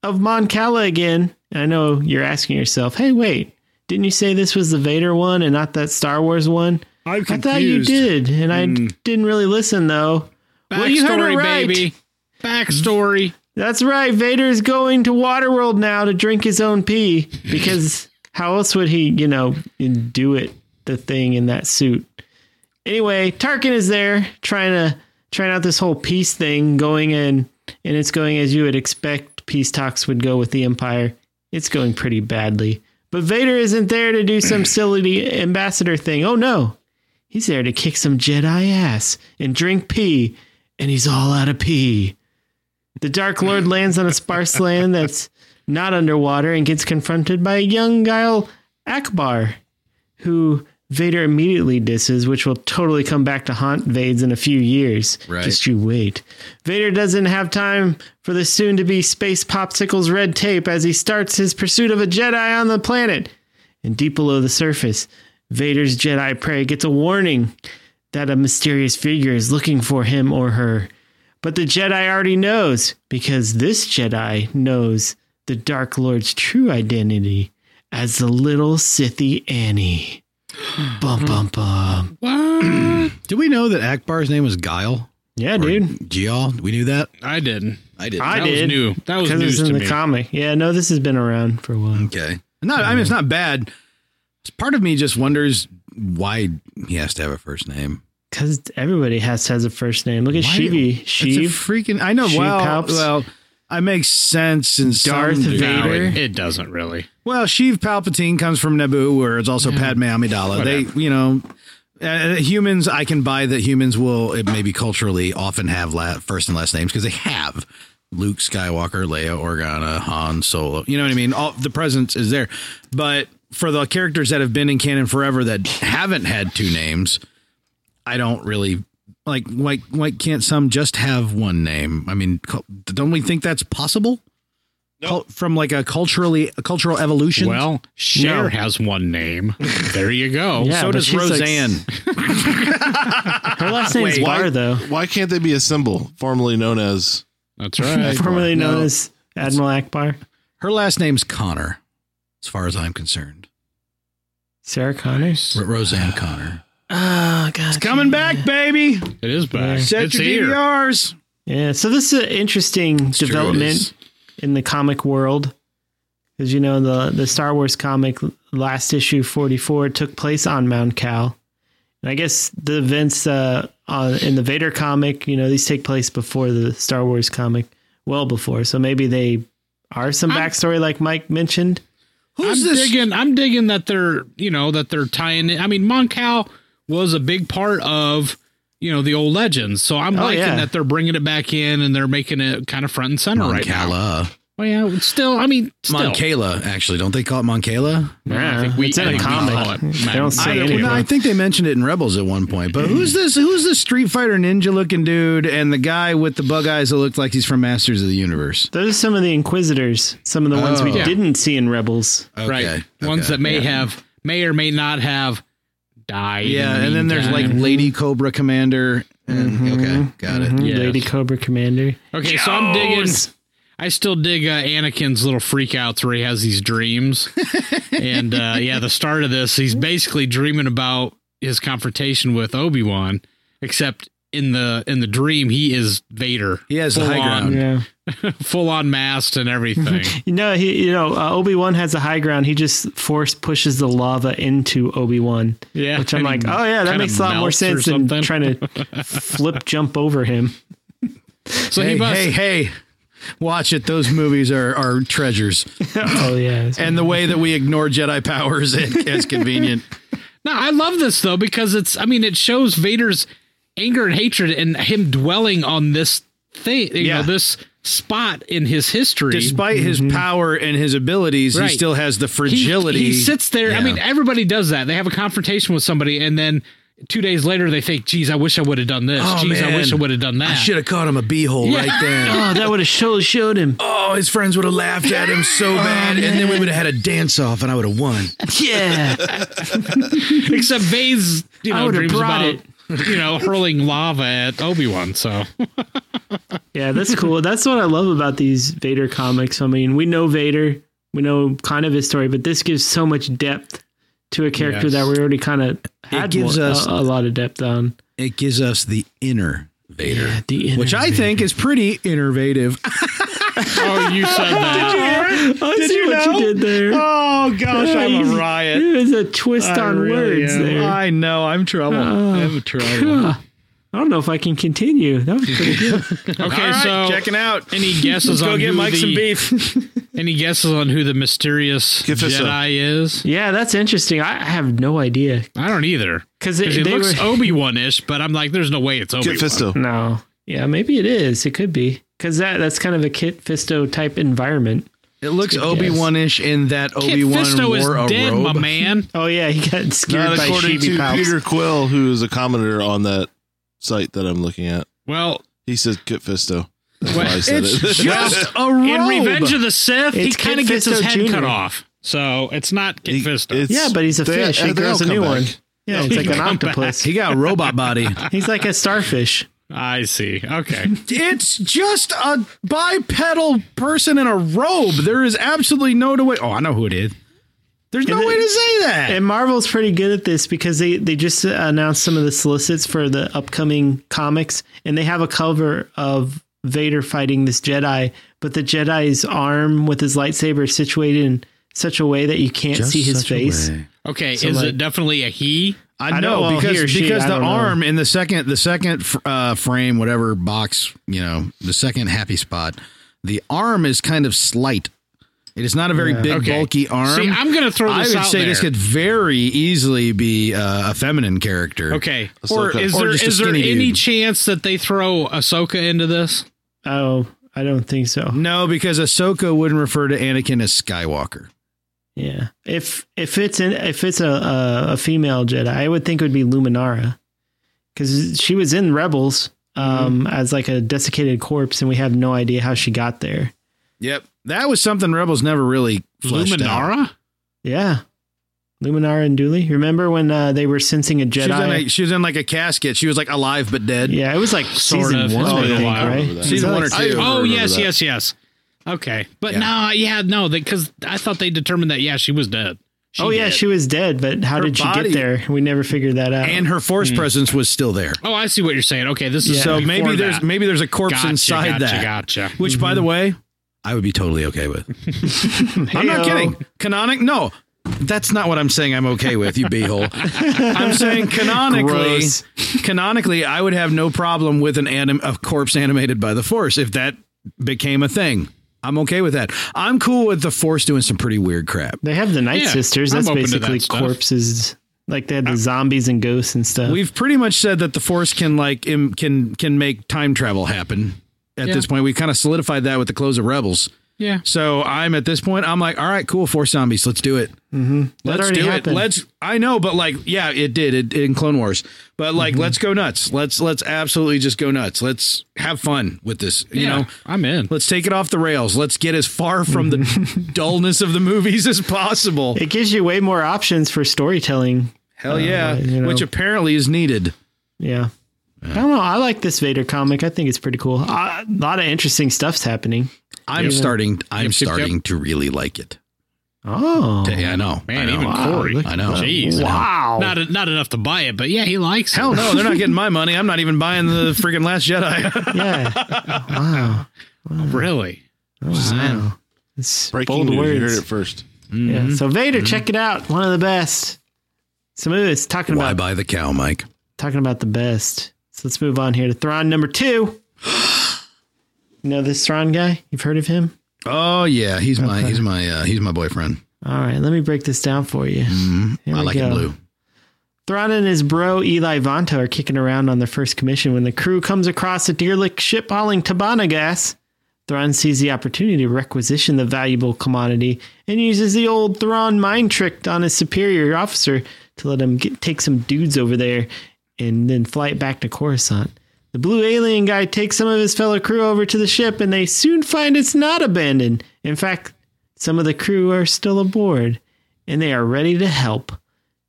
of Mon Cala again. I know you're asking yourself, hey, wait, didn't you say this was the Vader one and not that Star Wars one?
I'm
I thought you did, and I didn't really listen though. Well, you heard
Hmm. Backstory,
it right.
baby. Backstory.
That's right. Vader is going to Waterworld now to drink his own pee because how else would he, you know, do it the thing in that suit? Anyway, Tarkin is there trying to trying out this whole peace thing going in, and it's going as you would expect peace talks would go with the Empire. It's going pretty badly. But Vader isn't there to do some silly ambassador thing. Oh no. He's there to kick some Jedi ass and drink pee, and he's all out of pee. The Dark Lord lands on a sparse land that's not underwater and gets confronted by a young Guile Akbar, who Vader immediately disses, which will totally come back to haunt Vades in a few years.
Right.
Just you wait. Vader doesn't have time for the soon to be space popsicles red tape as he starts his pursuit of a Jedi on the planet. And deep below the surface, Vader's Jedi prey gets a warning that a mysterious figure is looking for him or her. But the Jedi already knows because this Jedi knows the Dark Lord's true identity as the little Sithy
Hmm.
Annie. Bum bum bum.
Do we know that Akbar's name was Guile?
Yeah, dude.
Y'all, we knew that.
I didn't.
I did.
I
that
did.
was new. That was
Because
news
it's in
to
the
me.
comic. Yeah, no, this has been around for a while.
okay.
No, I mean it's not bad.
Part of me just wonders why he has to have a first name.
Because everybody has has a first name. Look at
It's
Shivi.
a
Sheev.
freaking. I know.
Sheep
Well,
Palps.
well, I make sense in
Darth
some degree.
No,
Vader.
it, it doesn't really.
Well, Sheev Palpatine comes from Naboo, where it's also Padme Amidala. They, you know, uh, humans. I can buy that humans will it maybe culturally often have la- first and last names because they have Luke Skywalker, Leia Organa, Han Solo. You know what I mean? All the presence is there, but for the characters that have been in canon forever that haven't had two names, I don't really. Like why why can't some just have one name? I mean, cul- don't we think that's possible? Cul- from like a culturally a cultural evolution.
Well, Cher
No.
has one name. There you go.
Yeah,
so
but
does
she's like-
Roseanne.
her last name's
Why-
Barr, though.
Why can't they be a symbol formerly known as?
That's right.
Formerly known
No.
as Admiral Akbar.
Her last name's Connor, as far as I'm concerned.
Sarah Connor.
R- Roseanne Connor.
Ah,
Oh, God. It's
Coming back, baby.
It is back.
Set
it's
your
here.
DVRs.
Yeah, so this is an interesting
true, it
development
is.
in the comic world. Because, you know, the, the Star Wars comic, last issue 44, took place on Mount Cal. And I guess the events uh, on, in the Vader comic, you know, these take place before the Star Wars comic, well before. So maybe they are some backstory, like Mike mentioned.
Who's
I'm
this?
digging. I'm digging that they're you know that they're tying. it. I mean, Moncal was a big part of you know the old legends, so I'm
Oh,
liking
yeah.
that they're bringing it back in and they're making it kind of front and center right now.
Moncala.
Well, yeah, it's still. I mean, still.
Moncala, actually. Don't they call it Moncala?
Yeah, I think we-
it's in
I
a
think we
comic.
call it
They don't say
Mount
Well, no,
anything.
I think they mentioned it in Rebels at one point. But who's this? Who's this Street Fighter ninja looking dude and the guy with the bug eyes that looked like he's from Masters of the Universe?
Those are some of the Inquisitors, some of the ones we
Oh. Yeah.
didn't see in Rebels.
Okay.
right? Ones that may have, may or may not have died. in
Yeah,
the
and then there's like
meantime.
Lady Cobra Commander. And, Mm-hmm. Okay, got it.
Mhm,
Yes.
Lady Cobra Commander.
okay, so I'm digging. I still dig uh, Anakin's little freakouts where he has these dreams. and uh, yeah, the start of this, he's basically dreaming about his confrontation with Obi Wan, except in the in the dream he is Vader.
He has the high ground.
Yeah.
full on masked and everything.
No, he, you know, uh, Obi Wan has the high ground. He just force pushes the lava into Obi Wan,
yeah,
which I'm
and he
like, oh yeah, that
kinda
makes a lot more
melts or
sense than
something.
trying to flip jump over him.
So he
hey,
must.
hey, hey, watch it. Those movies are, are treasures.
oh yeah,
And the way that we ignore Jedi powers is, is convenient.
No, I love this though because it's. I mean, it shows Vader's anger and hatred and him dwelling on this thing. You
Yeah.
know, this spot in his history.
Despite his power and his abilities,
Right.
he still has the
He-
fragility.
He, sits there. I
Yeah.
mean, everybody does that. They have a confrontation with somebody, and then two days later, they think, "Geez, I wish I would have done this.
Oh,
Geez, I
man.
wish I would have done that."
I should have caught him a beehole
Yeah.
right there.
oh, that would have showed showed him.
Oh, his friends would have laughed at him
Oh,
so bad, and then we would have had a dance off, and I would have won.
Yeah,
Except Vase, you
I
know,
would have
dreams
brought
about you know hurling lava at Obi Wan. So
yeah, that's cool. That's what I love about these Vader comics. I mean, we know Vader, we know kind of his story, but this gives so much depth to a character
Yes.
that we already kind of had
gives
one-
us-
a, a lot of depth on.
It gives us the inner Vader,
The inner
which I think is pretty innovative.
oh, you said that.
I see
you
what
know?
you did there.
Oh gosh,
Yeah,
I'm
you-
a riot.
It was a twist on words there. I,
I know. I'm trouble. I'm trouble.
don't know if I can continue. That was pretty good.
Okay, so
checking out.
any guesses on who the,
beef.
any guesses on who the mysterious
Give us a-
Jedi is?
yeah, that's interesting. I I have no idea
I don't either.
because it
Because it
they
looks
were,
Obi Wan ish, but I'm like, there's no way it's Obi
Get
Wan.
Fisto.
no. Yeah, maybe it is. It could be because that that's kind of a Kit Fisto type environment.
It looks Obi Wan ish in that Obi Wan
Fisto
wore a
is dead,
robe.
my man.
Oh yeah, he got scared
Not
by
according
Sheeby
to
Palps.
Peter Quill, who is a commentator on that site that I'm looking at.
Well,
He says Get Fisto. That's why I said
It's
it.
just a robe.
in Revenge of the Sith, he
It's
kind of
Kid
gets his
Fisto
head cut
Jr..
off. So it's not Kid Fisto.
it's-
Yeah, but he's a
they-
fish. He
they
grows
all
a new
come
one.
back.
Yeah, he's like an
Come back.
octopus.
he got a robot body.
He's like a starfish.
I see. Okay.
it's just a bipedal person in a robe. There is absolutely no to wait. Oh, I know who it is. There's no
And
way
the-
to say that.
And Marvel's pretty good at this because they, they just announced some of the solicits for the upcoming comics, and they have a cover of Vader fighting this Jedi, but the Jedi's arm with his lightsaber is situated in such a way that you can't see his face.
Okay,
So,
is
like-
it definitely a he?
I
I
know
don't- well, he or
because
she,
because
I
the
don't know.
arm in the second the second uh, frame whatever box you know the second happy spot the arm is kind of slight. It is not a very big
Okay.
bulky arm.
See, I'm gonna throw
I
this
would
out
say this
there.
could very easily be uh, a feminine character.
Okay,
Ahsoka.
or is
Or
there
just a
is there
skinny
any
dude.
chance that they throw Ahsoka into this?
Oh, I don't think so.
No, because Ahsoka wouldn't refer to Anakin as Skywalker.
Yeah, if if it's in if it's a a, a female Jedi, I would think it would be Luminara, because she was in Rebels um, as like a desiccated corpse, and we have no idea how she got there.
Yep, that was something Rebels never really fleshed out.
Luminara?
Yeah. Luminara and Dooley. Remember when uh, they were sensing a Jedi?
She was, in a, she was in like a casket. She was like alive but dead.
yeah, it was like
Sort
season
of. It's
one, I
been a
think,
while.
right?
Remember that.
Season one or
Like-
two. Yeah, I
oh
remember
yes,
that.
yes, yes. Okay, but
Yeah.
no, yeah, no, because I thought they determined that yeah, she was dead.
oh yeah,
did.
she was dead, but how
Her
did she
body-
get there? We never figured that out.
and her force presence was still there.
Oh, I see what you're saying. Okay, this is
So
before
maybe there's
that.
maybe there's a corpse
gotcha,
inside
gotcha,
that.
Gotcha.
Which, by the way, Mm-hmm. I would be totally okay with. I'm not
Heyo.
kidding. Canonic? No, that's not what I'm saying. I'm okay with you, beehole. I'm saying canonically,
Gross.
canonically, I would have no problem with an anim- a corpse animated by the Force if that became a thing. I'm okay with that. I'm cool with the Force doing some pretty weird crap.
They have the Night
Yeah,
Sisters.
I'm
That's
open to that
basically
stuff.
corpses. Like they had the zombies and ghosts and stuff.
We've pretty much said that the Force can like im- can can make time travel happen. At
Yeah.
this point, we kind of solidified that with the close of Rebels.
Yeah.
So I'm at this point. I'm like, all right, cool, four zombies. Let's do it. Mm-hmm. Let's
already
do
happened.
it. Let's. I know, but like, yeah, it did it, in Clone Wars. But like, let's go nuts. Let's let's absolutely just go nuts. Let's have fun with this. You
Yeah,
know,
I'm in.
let's take it off the rails. Let's get as far from the dullness of the movies as possible.
it gives you way more options for storytelling.
Hell yeah,
you know.
which apparently is needed.
Yeah. I don't know. I like this Vader comic. I think it's pretty cool. A lot of interesting stuff's happening.
I'm starting. I'm
Yep, yep, yep.
starting to really like it.
Oh,
Yeah, I know. I
Man,
know.
even Corey.
I know.
Jeez.
wow!
Not not enough to buy it, but yeah, he likes
Hell
it.
no, they're not getting my money. I'm not even buying the freaking Last Jedi.
yeah. wow.
Really?
Wow. It's
Breaking
bold
news.
words.
You heard it Mm-hmm. first.
Yeah. So Vader, check it out. One of the best. So maybe it's talking
Why
about
buy the cow, Mike?
talking about the best. So let's move on here to Thrawn number two. You know this Thrawn guy? You've heard of him?
Oh yeah, he's my he's my uh, he's my boyfriend.
All right, let me break this down for you.
Mm-hmm.
Here
I
we
like him
go.
blue.
Thrawn and his bro Eli Vanto are kicking around on their first commission when the crew comes across a derelict ship hauling Tabana gas. Thrawn sees the opportunity to requisition the valuable commodity and uses the old Thrawn mind trick on his superior officer to let him get, take some dudes over there and then fly it back to Coruscant. The blue alien guy takes some of his fellow crew over to the ship and they soon find it's not abandoned. In fact, some of the crew are still aboard and they are ready to help.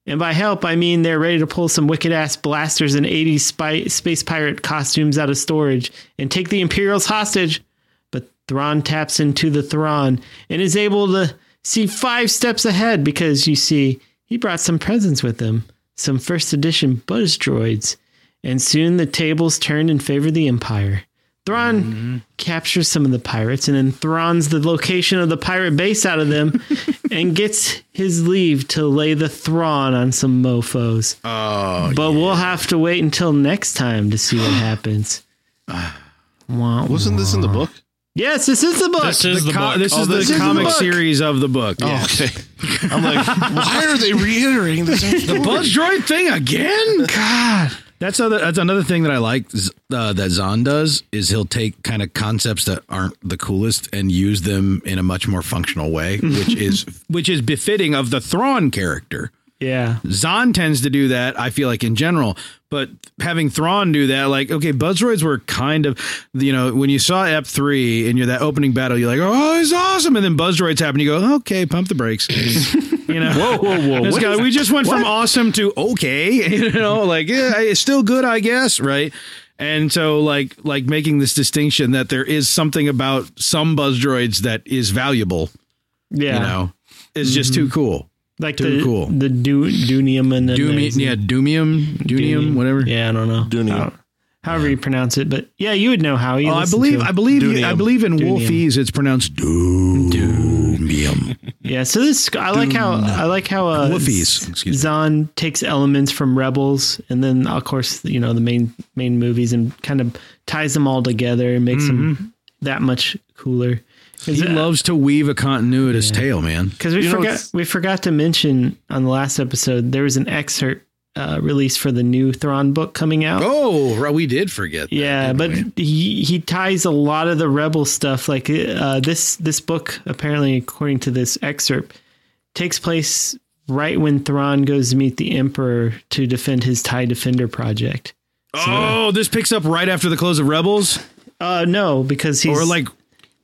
And by help, I mean they're ready to pull some wicked ass blasters and 80s spy- space pirate costumes out of storage and take the Imperials hostage. But Thrawn taps into the Thrawn and is able to see five steps ahead because you see, he brought some presents with him some first edition buzz droids. And soon the tables turn in favor of the Empire. Thrawn captures some of the pirates and then Thrawn's the location of the pirate base out of them and gets his leave to lay the Thrawn on some mofos. Oh, but we'll have to wait until next time to see what happens. Wah, wah.
Wasn't this in the book?
Yes, this is the book.
This is the,
Co-
book.
this
Oh,
is
this
the
is the
comic
book.
series of the book. Yeah.
Okay. I'm like, why are they reiterating this?
The Oh, Buzz Droid thing again? God. That's other. That's another thing that I like z- uh, that Zahn does is he'll take kind of concepts that aren't the coolest and use them in a much more functional way, which is which is befitting of the Thrawn character.
yeah.
Zahn tends to do that, I feel like in general, but having Thrawn do that, like, okay, Buzzroids were kind of, you know, when you saw Ep 3 and you're that opening battle, you're like, oh, it's awesome. And then Buzzroids happen, you go, okay, pump the brakes. you know, whoa, whoa, whoa. we just went from awesome to okay, you know, like, yeah, it's still good, I guess, right? And so, like, like making this distinction that there is something about some Buzzroids that is valuable,
Yeah.
you know, is just too cool.
Like
Too
the
cool.
the du- Dunium and the
Doomi- yeah, Doomium, Dunium, whatever.
Yeah, I don't know.
Dunium.
I don't- however you pronounce it, but yeah, you would know how you.
Oh, I
listen
believe,
to
I
it.
believe, you, I
Dunium.
believe in
Dunium.
Wolfies, it's pronounced Doomium.
Yeah, so this I like how I like how uh,
Wolfies, excuse me.
Zahn takes elements from Rebels, and then of course you know the main main movies, and kind of ties them all together and makes
Mm-hmm.
them that much cooler. uh,
He loves to weave a continuous tale, man.
Because we
You know,
forgot
it's-
we forgot to mention on the last episode there was an excerpt uh, released for the new Thrawn book coming out.
Oh, right, we did forget. that,
yeah,
didn't
but
we?
he he ties a lot of the rebel stuff. Like uh, this this book apparently, according to this excerpt, takes place right when Thrawn goes to meet the Emperor to defend his Tie Defender project.
oh, this picks up right after the close of Rebels,
Uh, no, because he's
or like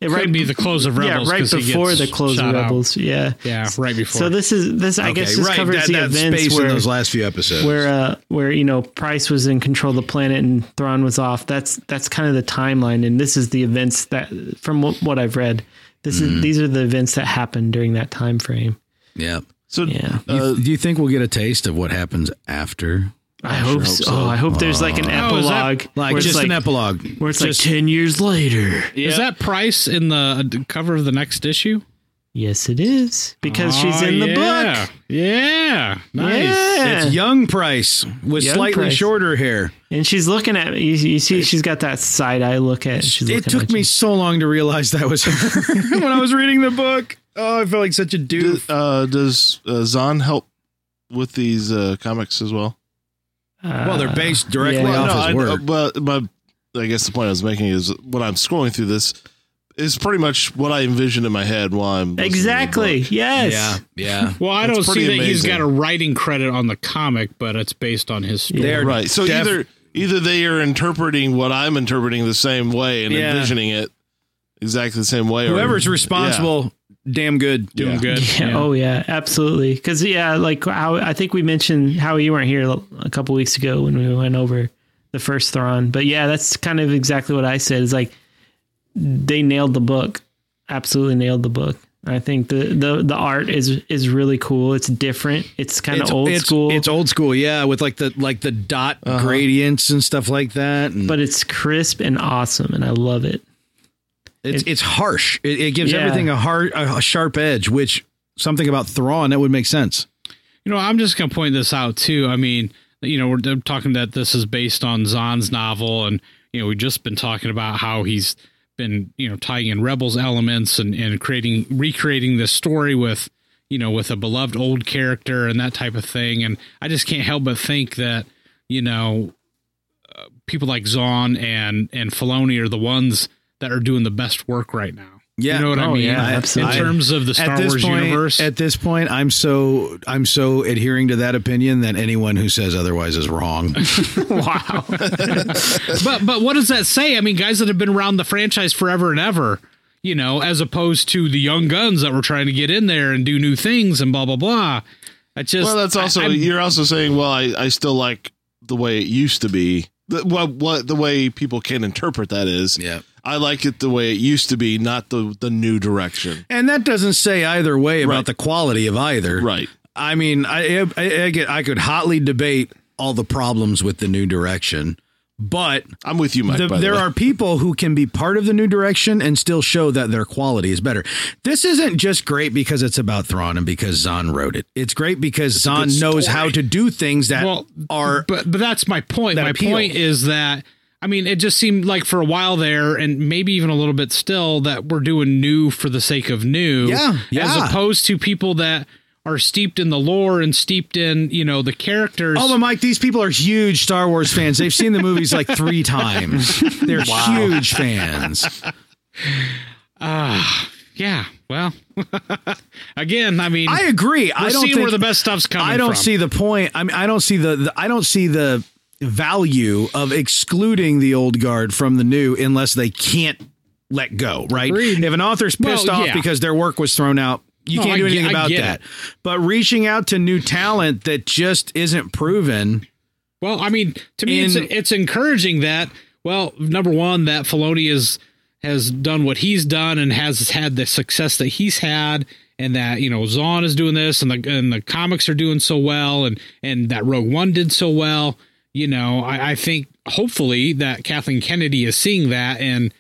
it
Could be the close of
yeah,
Rebels.
right
'cause he
before
gets
the close of
shot out.
Rebels. Yeah,
Yeah, right before.
So this is this. I guess
okay,
this
right,
covers
that,
the
that
events
space
where
in those last few episodes.
where uh where you know Price was in control of the planet and Thrawn was off. That's that's kind of the timeline, and this is the events that from what, what I've read. This is these are the events that happened during that time frame.
yeah.
So
Yeah,
uh,
Do you think we'll get a taste of what happens after?
I hope, so. Oh, I hope there's like an
is that-
epilogue,
Like
where it's
just
like,
an epilogue.
where it's like ten years later.
Is that Price in the uh, d- cover of the next issue?
Yes, it is because she's
Oh,
in the
yeah.
book.
Yeah. Nice.
Yeah,
It's young Price with
Young
slightly
Price.
shorter hair.
and she's looking at you. You see, she's got that side eye look at. She's
It
looking
took
at
me
you.
so long to realize that was her when I was reading the book. Oh, I felt like such a
do-
doof.
uh, does uh, Zahn help with these uh, comics as well?
well,
Uh,
they're based directly
yeah.
off
no,
his
I,
work.
uh, but my, I guess the point I was making is when I'm scrolling through this, is pretty much what I envisioned in my head while I'm listening to the
exactly.
book.
Yes.
yeah.
Well, I
That's
don't see
pretty
that he's
amazing.
got a writing credit on the comic, but it's based on his story.
They're
Right. So
def-
either either they are interpreting what I'm interpreting the same way and
Yeah.
envisioning it exactly the same way. or-
whoever's responsible, damn good.
Doing
Yeah.
good.
Yeah, Oh yeah, absolutely. Because yeah, like how I think we mentioned how you weren't here a couple weeks ago when we went over the first Thrawn. But yeah, that's kind of exactly what I said. Is like they nailed the book, absolutely nailed the book. I think the the the art is is really cool. It's different. It's kind of old
it's,
school,
It's old school, yeah, with like the like the dot gradients and stuff like that. And
but it's crisp and awesome, and I love it.
it's it's harsh. It, it gives
Yeah.
everything a hard a sharp edge, which something about Thrawn that would make sense.
You know, I'm just going to point this out too. I mean, you know, we're they're talking that this is based on Zahn's novel, and you know, we've just been talking about how he's been, you know, tying in Rebels elements and and creating recreating this story with, you know, with a beloved old character and that type of thing. And I just can't help but think that, you know, uh, people like Zahn and and Filoni are the ones that are doing the best work right now.
Yeah.
you know what I
Oh,
mean.
yeah, absolutely.
In terms of the Star Wars
point,
universe,
At this point, I'm so I'm so adhering to that opinion that anyone who says otherwise is wrong.
wow.
but but what does that say? I mean, guys that have been around the franchise forever and ever, you know, as opposed to the young guns that were trying to get in there and do new things and blah blah blah. I just
Well, that's also
I, I'm-
you're also saying, well, I, I still like the way it used to be. The, what what the way people can interpret that is.
Yeah.
I like it the way it used to be, not the the new direction.
and that doesn't say either way about
Right.
the quality of either.
Right.
I mean, I, I, I, get, I could hotly debate all the problems with the new direction, but
I'm with you, Mike.
the,
by the
there
way.
are people who can be part of the new direction and still show that their quality is better. This isn't just great because it's about Thrawn and because Zahn wrote it. It's great because Zahn knows how to do things that
well
are.
but but that's my point.
that
My
appeal.
point is that I mean, it just seemed like for a while there, and maybe even a little bit still, that we're doing new for the sake of new,
Yeah, yeah.
as opposed to people that are steeped in the lore and steeped in you know the characters.
Oh, but Mike, these people are huge Star Wars fans. They've seen the movies like three times. They're huge fans.
yeah, well, again, I mean,
I agree.
We're
I don't
seeing
think
where the best stuff's coming.
I don't
from.
see the point. I mean, I don't see the, the I don't see the value of excluding the old guard from the new unless they can't let go. Right?
Agreed.
If an author's
Well,
pissed off
yeah.
because their work was thrown out, you
No,
can't
I
do
get-
anything
I
about
get
that. But reaching out to new talent that just isn't proven.
Well, I mean, to me,
In-
it's it's encouraging that. Well, number one, that Filoni is has done what he's done and has had the success that he's had, and that you know Zahn is doing this, and the and the comics are doing so well, and and that Rogue One did so well. You know, I, I think hopefully that Kathleen Kennedy is seeing that, and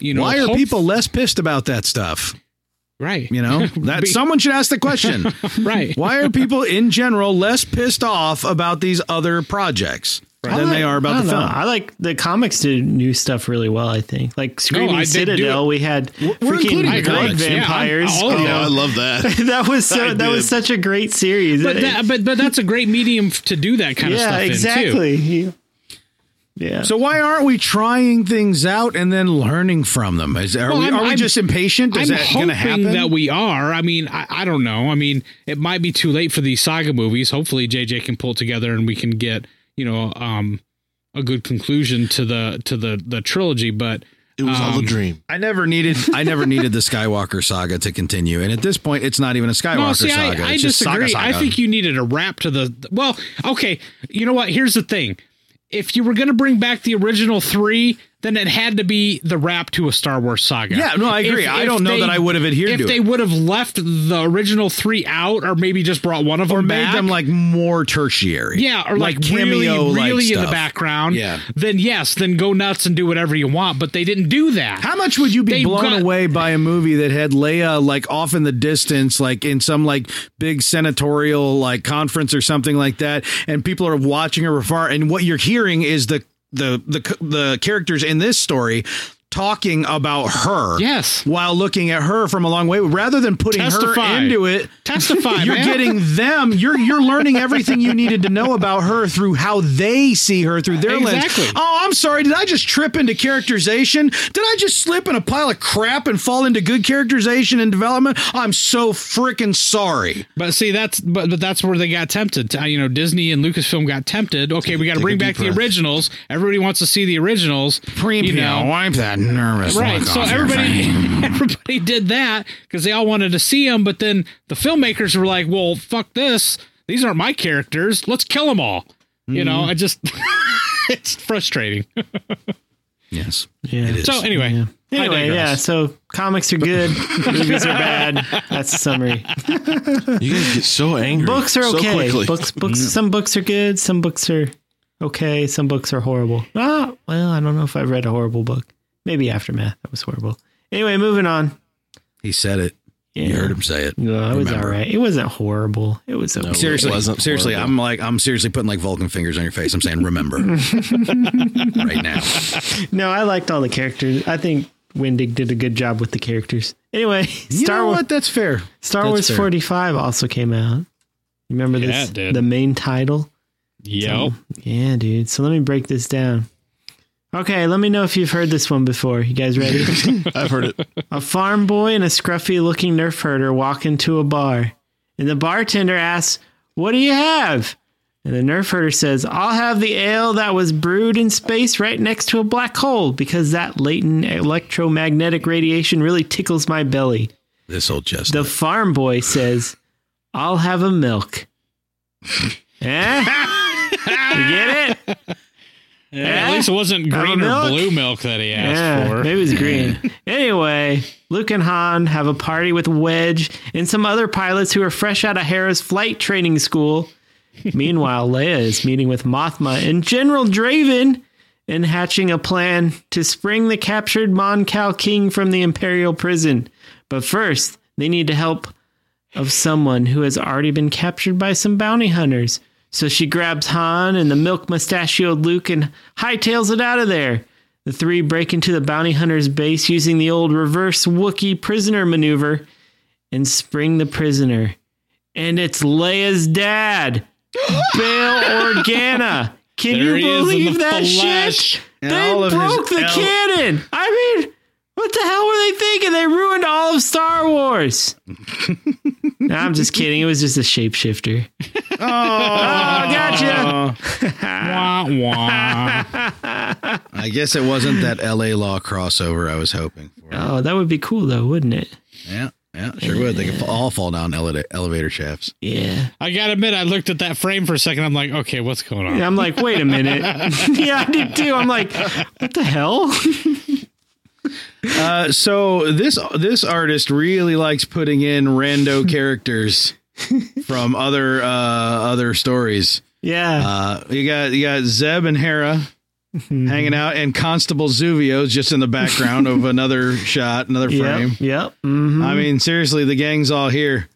you know,
Why are
hope-
people less pissed about that stuff?
right?
You know, that
Be-
someone should ask the question.
right?
Why are people in general less pissed off about these other projects than they are
I
about
don't
the
know.
film?
I like the comics did new stuff really well. I think like Screaming
I- they do
Citadel.
it.
We had
including the
freaking blood
comics, yeah, I'm-
vampires.
all of
Oh,
you
I
know.
love that.
that was so.
I
that was
did.
such a great series.
But that, but but that's a great medium f- to do that kind of
yeah,
stuff in too.
exactly. You- Yeah.
So why aren't we trying things out and then learning from them? Is are
Well,
we,
I'm-
are we
I'm-
just impatient? Is that
I'm
going to
hoping
happen?
that we are. I mean, I, I don't know. I mean, it might be too late for these saga movies. Hopefully, JJ can pull it together and we can get you know um, a good conclusion to the to the the trilogy. But
It was all a
Um,
dream.
I never needed. I never needed the Skywalker saga to continue, and at this point, it's not even a Skywalker
no, see,
saga.
I, I
it's just Saga
disagree.
saga.
I think you needed a wrap to the. Well, okay. You know what? Here's the thing. If you were going to bring back the original three, then it had to be the wrap to a Star Wars saga.
Yeah, no, I agree. I don't know that I would have adhered
if
to
they
it.
would have left the original three out, or maybe just brought one of them
or made
back,
them like more tertiary.
yeah, or like, really,
cameo-like
really in the
stuff.
background.
Yeah.
Then yes, then go nuts and do whatever you want. But they didn't do that.
How much would you be
They
blown
got-
away by a movie that had Leia like off in the distance, like in some like big senatorial like conference or something like that, and people are watching her from far, and what you're hearing is the the the c- the characters in this story talking about her,
Yes.
while looking at her from a long way, rather than putting
Testify.
her into it.
Testify,
You're
man.
getting them. You're you're learning everything you needed to know about her through how they see her through their
Exactly.
lens. Oh, I'm sorry. Did I just trip into characterization? Did I just slip in a pile of crap and fall into good characterization and development? I'm so freaking sorry.
But see, that's but, but that's where they got tempted. To, you know, Disney and Lucasfilm got tempted. Okay, we got to bring back the originals. Everybody wants to see the originals. you know.
wipe that nervous
Right, so everybody everybody did that because they all wanted to see them. But then the filmmakers were like, "Well, fuck this! These aren't my characters. Let's kill them all." You
Mm-hmm.
know, I just it's frustrating.
Yes.
yeah.
So anyway, I
Anyway,
digress.
yeah. So comics are good, movies are bad. That's the summary.
You guys get so angry.
Books are
so
okay.
quickly.
books, books. Some books are good. Some books are okay. Some books are horrible. Ah, well, I don't know if I've read a horrible book. Maybe Aftermath. That was horrible. Anyway, moving on.
He said it.
Yeah.
You heard him say it.
No, it was
Remember.
all right. It wasn't horrible. It was okay.
Seriously,
wasn't
seriously,
horrible.
I'm like, I'm seriously putting like Vulcan fingers on your face. I'm saying, remember, right now.
No, I liked all the characters. I think Wendig did a good job with the characters. Anyway,
You
Star
know
Wars
what? That's fair.
Star
That's
Wars
fair.
45 also came out. Remember
Yeah,
this
it did.
the main title?
Yo,
Yeah, dude. So let me break this down. Okay, let me know if you've heard this one before. You guys ready?
I've heard it.
A farm boy and a scruffy looking nerf herder walk into a bar, and the bartender asks, What do you have? And the nerf herder says, I'll have the ale that was brewed in space right next to a black hole because that latent electromagnetic radiation really tickles my belly.
This old chestnut.
The farm boy says, I'll have a milk. eh? You get it?
at least it wasn't green or
milk?
blue milk that he asked for.
maybe it's green. anyway, Luke and Han have a party with Wedge and some other pilots who are fresh out of Hera's flight training school. Meanwhile, Leia is meeting with Mothma and General Draven and hatching a plan to spring the captured Mon Cal King from the Imperial prison. But first, they need the help of someone who has already been captured by some bounty hunters. So she grabs Han and the milk mustachioed Luke and hightails it out of there. The three break into the bounty hunter's base using the old reverse Wookiee prisoner maneuver and spring the prisoner. And it's Leia's dad, Bail Organa. Can
There he
you
is in
believe
the
that
flesh.
shit? They
all of his
broke the
el-
cannon. I mean, what the hell were they thinking? They ruined all of Star Wars. no, I'm just kidding. It was just a shapeshifter. Oh, gotcha.
Wah, wah.
I guess it wasn't that LA Law crossover I was hoping for.
Oh, that would be cool though, wouldn't it?
Yeah, yeah, sure would. They could fa- all fall down ele- elevator shafts.
Yeah.
I gotta admit, I looked at that frame for a second. I'm like, okay, what's going on?
And I'm like, wait a minute. yeah, I did too. I'm like, what the hell?
Uh, so this this artist really likes putting in rando characters from other uh, other stories.
Yeah.
Uh, you got you got Zeb and Hera
Mm-hmm.
hanging out, and Constable Zuvio's just in the background of another shot, another frame.
Yep. Yep. hmm
I mean, seriously, the gang's all here.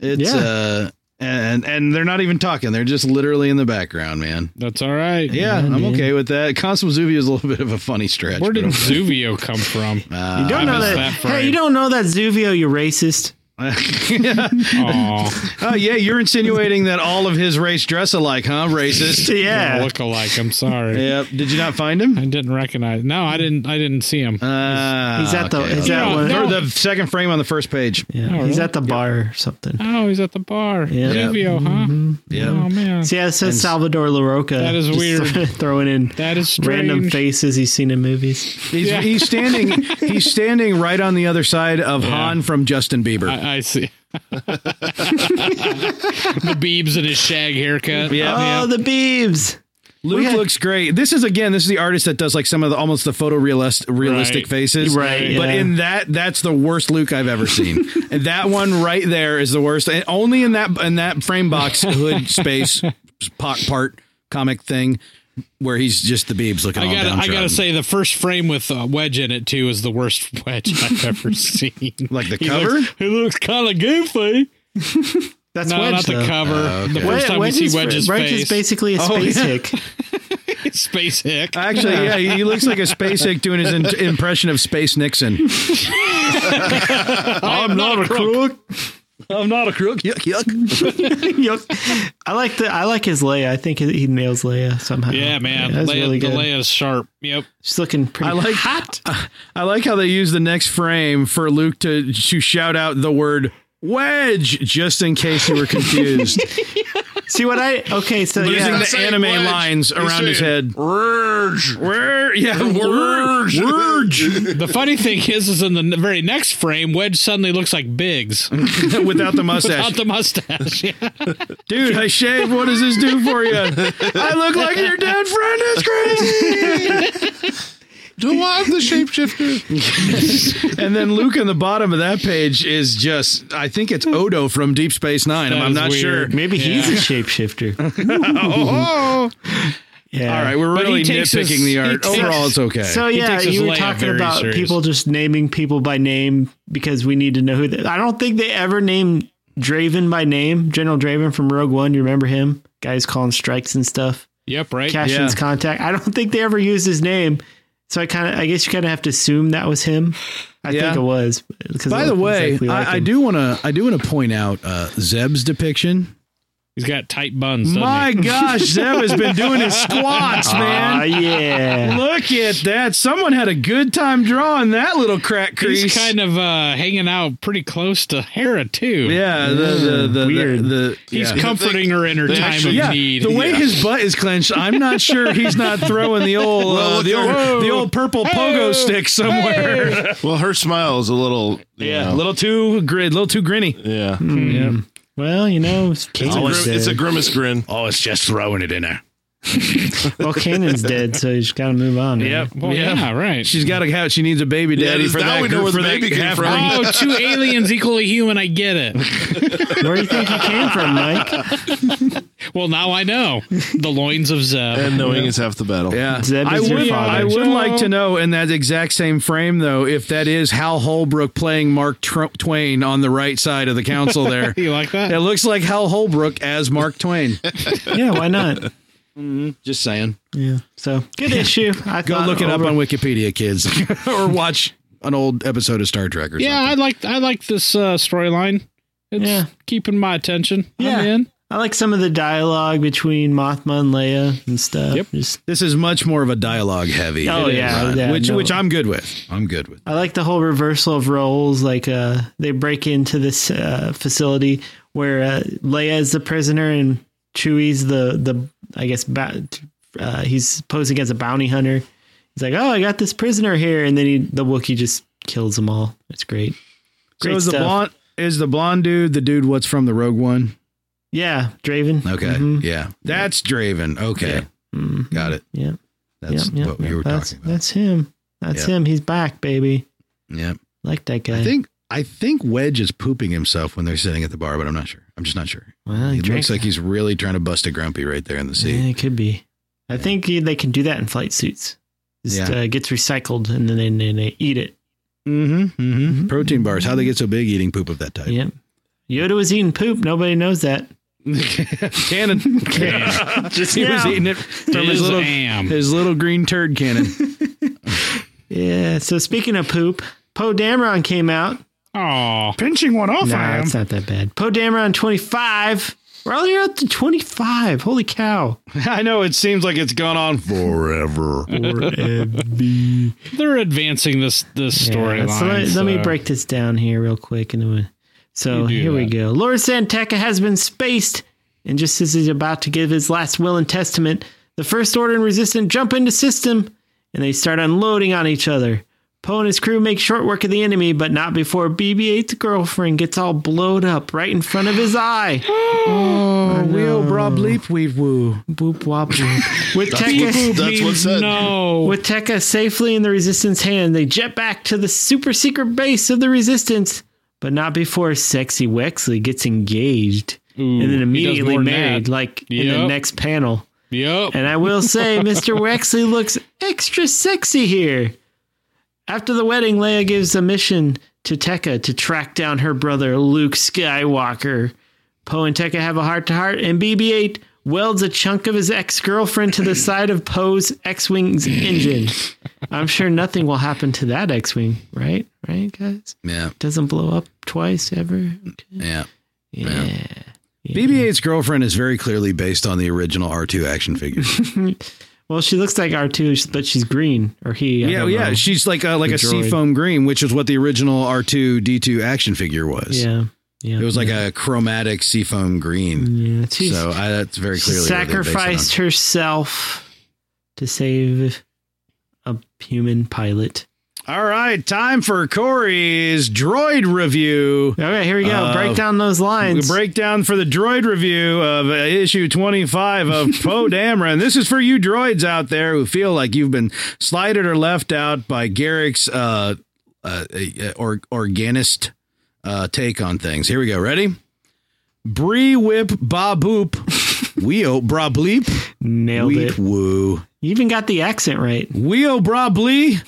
It's
Yeah.
uh, and and they're not even talking; they're just literally in the background, man.
That's all right.
Yeah, I'm
man.
okay with that. Constable Zuvio is a little bit of a funny stretch.
Where
but
did
I'm-
Zuvio come from?
uh,
you don't
I
know that.
missed that frame.
hey, you don't know that Zuvio, you racist.
Aw,
Oh yeah, you're insinuating that all of his race dress alike, huh? Racist.
yeah.
Yeah.
look alike. I'm sorry.
yep. Did you not find him?
I didn't recognize. No, I didn't. I didn't see him.
Uh,
He's at the
okay.
he's at
Yeah,
one,
no.
Or the second frame on the first page.
yeah,
Oh,
he's
really?
at the bar or something.
oh, he's at the bar.
Yeah. Mm-hmm.
Zuvio, huh?
Yeah.
Oh man,
So yeah, it says Salvador LaRocca.
That is
Just
weird.
throwing in
that is strange.
random faces he's seen in movies.
He's,
Yeah.
he's standing. He's standing right on the other side of Han from Justin Bieber.
I, I see. the beebs and his shag haircut.
yeah.
oh, the Beebs.
Luke looks great. This is again. This is the artist that does like some of the almost the photorealist realistic
Right.
faces.
Right,
But
yeah.
in that, that's the worst Luke I've ever seen. and that one right there is the worst. And only in that in that frame box hood space pot part comic thing where he's just the beebs looking.
I
all
gotta, I
downtrodden.
gotta say, the first frame with uh, Wedge in it too is the worst Wedge I've ever seen.
Like the
He
cover?
looks- he looks kind of goofy.
That's
No,
Wedge,
not the
though.
cover. The
Wedge-
first time
Wedge
we
is-
see Wedge's
Wedge
face,
is basically a
Oh,
space
yeah.
hick.
space hick.
Actually, yeah, he he looks like a space hick doing his in- impression of Space Nixon.
I'm not a crook.
I'm not a crook. Yuck, yuck.
Yup. I like the I like his Leia. I think he he nails Leia somehow.
Yeah, man.
that's
Leia,
really
the
good.
Leia's sharp. Yep.
She's looking pretty.
I like
hot.
I like how they use the next frame for Luke to to shout out the word wedge just in case you were confused.
See what I? Okay, so
Using
yeah,
the anime lines around his head.
Rurge.
Where yeah, word,
Rurge.
The funny thing is, is in the n- very next frame, Wedge suddenly looks like Biggs
without the mustache.
without the mustache. Yeah.
Dude, I shaved. What does this do for you? I look like your dead friend is crazy.
Do I have the shapeshifter?
And then Luke on the bottom of that page is just I think it's Odo from Deep Space Nine.
That
I'm
is
not
weird.
sure.
maybe he's a shapeshifter.
Oh,
Yeah.
all right, we're
But he
really
takes his-
nitpicking the art.
he takes-
Overall, it's okay.
So yeah,
takes his
you were
Leia
talking
very
about
serious.
people just naming people by name because we need to know who. They, I don't think they ever named Draven by name. General Draven from Rogue One. You remember him? Guys calling strikes and stuff.
Yep. Right.
Cashin's
Yeah.
contact. I don't think they ever used his name. So I kind of, I guess you kind of have to assume that was him. I
Yeah.
think it was. 'cause
By
it
the
looked
way,
exactly like
I, I
him.
do want to I do want to point out uh, Zeb's depiction.
He's got tight buns. doesn't
My
he?
gosh, Zeb has been doing his squats,
Aw,
man.
Ah, yeah.
Look at that! Someone had a good time drawing that little crack crease.
He's kind of uh, hanging out pretty close to Hera too.
yeah, the the the,
Weird.
the, the
He's
yeah.
comforting her in her time
actually-
of
Yeah,
need.
the way his butt is clenched, I'm not sure he's not throwing the old
Well,
uh,
look
the
there.
old the old purple pogo stick somewhere.
Well, her smile is a little.
yeah,
Yeah.
a little too grid, little too grinny.
yeah.
Hmm.
Well, you know, it's- Kanan's
It's, a grim, it's a
dead.
grimace grin.
Oh, it's just throwing it in there.
well, Kanan's dead, so you just got to move on. right?
Yep.
Well, yeah. right.
She's got to have. She needs a baby
Yeah,
daddy
this-
for
now
that.
we know
gr-
where the
for that
baby came
half-
from.
oh, two aliens equally human. I get it.
Where do you think he came from, Mike?
Well, now I know the loins of Zeb.
And knowing is half the battle.
Yeah,
Zeb
I
is your
would.
father.
I would like to know in that exact same frame, though, if that is Hal Holbrook playing Mark Tr- Twain on the right side of the council. There,
you like that?
it looks like Hal Holbrook as Mark Twain.
Yeah, why not?
Just saying.
Yeah. So good issue. I
Go
thought
look it up
over-
on Wikipedia, kids, or watch an old episode of Star Trek. Or
Yeah, I like I like this uh, storyline. It's
Yeah.
keeping my attention.
Yeah.
I'm in.
I like some of the dialogue between Mothma and Leia and stuff.
Yep.
Just,
This is much more of a dialogue heavy.
Oh,
It is,
yeah,
uh,
yeah,
which
no.
which I'm good with. I'm good with.
I like the whole reversal of roles. Like uh, they break into this uh, facility where uh, Leia is the prisoner and Chewie's the the I guess ba- uh, he's posing as a bounty hunter. He's like, "Oh, I got this prisoner here," and then he, the Wookiee just kills them all. It's great. Great
so is the
stuff.
blonde is the blonde dude the dude what's from the Rogue One?
Yeah, Draven.
Okay, yeah, that's Draven. Okay, got it.
Mm-hmm. Yeah.
That's
Yep, yep,
what we
yep.
were
that's,
talking about.
That's him. That's him. He's back, baby.
Yeah.
Like that guy.
I think I think Wedge is pooping himself when they're sitting at the bar, but I'm not sure. I'm just not sure.
well,
He
drank-
looks like he's really trying to bust a grumpy right there in the
Yeah,
seat.
it could be. I think he- they can do that in flight suits. Just
Yeah.
uh, gets recycled and then they, they, they eat it.
Mm-hmm. Mm-hmm. Protein bars. How they get so big eating poop of that type.
Yep. Yoda was eating poop. Nobody knows that.
cannon.
Just
He was
now.
eating it from his
His
little
am.
Um, his little green turd cannon.
Yeah. So speaking of poop, Poe Dameron came out.
Aw.
Pinching one off, I
Nah,
am.
it's not that bad. Poe Dameron 25. We're all the way up to 25. Holy cow.
I know it seems like it's gone on forever.
They're advancing this this storyline.
so let, let me
so-
break this down here real quick, and then we- so
You do
here we
that.
go. Lord Santeca has been spaced, and just as he's about to give his last will and testament, the First Order and Resistance jump into system, and they start unloading on each other. Poe and his crew make short work of the enemy, but not before BB-8's girlfriend gets all blowed up right in front of his eye.
Oh, wheel bra bleep weave woo.
Boop wop boop. With Tekka,
That's what's said.
No.
With Tekka safely in the Resistance hand, they jet back to the super secret base of the Resistance, but not before Sexy Wexley gets engaged and then immediately
more than
married,
that.
like in the
Yep.
next panel.
Yep.
And I will say, Mr. Wexley looks extra sexy here. After the wedding, Leia gives a mission to Tekka to track down her brother, Luke Skywalker. Poe and Tekka have a heart to heart, and BB 8 welds a chunk of his ex girlfriend to the side of Poe's X Wing's engine. I'm sure nothing will happen to that X Wing, right? Right, guys?
Yeah,
Doesn't blow up twice ever? Okay.
yeah.
Yeah.
BB 8's girlfriend is very clearly based on the original R2 action figure.
Well, she looks like R2, but she's green, or he. I
yeah,
don't
yeah.
know.
She's like a, like
The
a
droid.
seafoam green, which is what the original R2 D2 action figure was.
Yeah. Yeah. Mm.
It was like a chromatic seafoam green.
Yeah, she's,
So I, that's very
she
clearly what they're based it on.
sacrificed herself to save a human pilot.
All right, time for Corey's droid review.
All right, here we go.
Uh,
Break down those
The
lines.
breakdown for the droid review of uh, issue 25 of Poe Dameron. This is for you droids out there who feel like you've been slighted or left out by Garrick's uh, uh, uh, or, organist uh, take on things. Here we go. Ready? Bree whip ba boop. Weo bra bleep.
Nailed
Weep
it.
woo.
You even got the accent right.
Weo bra blee.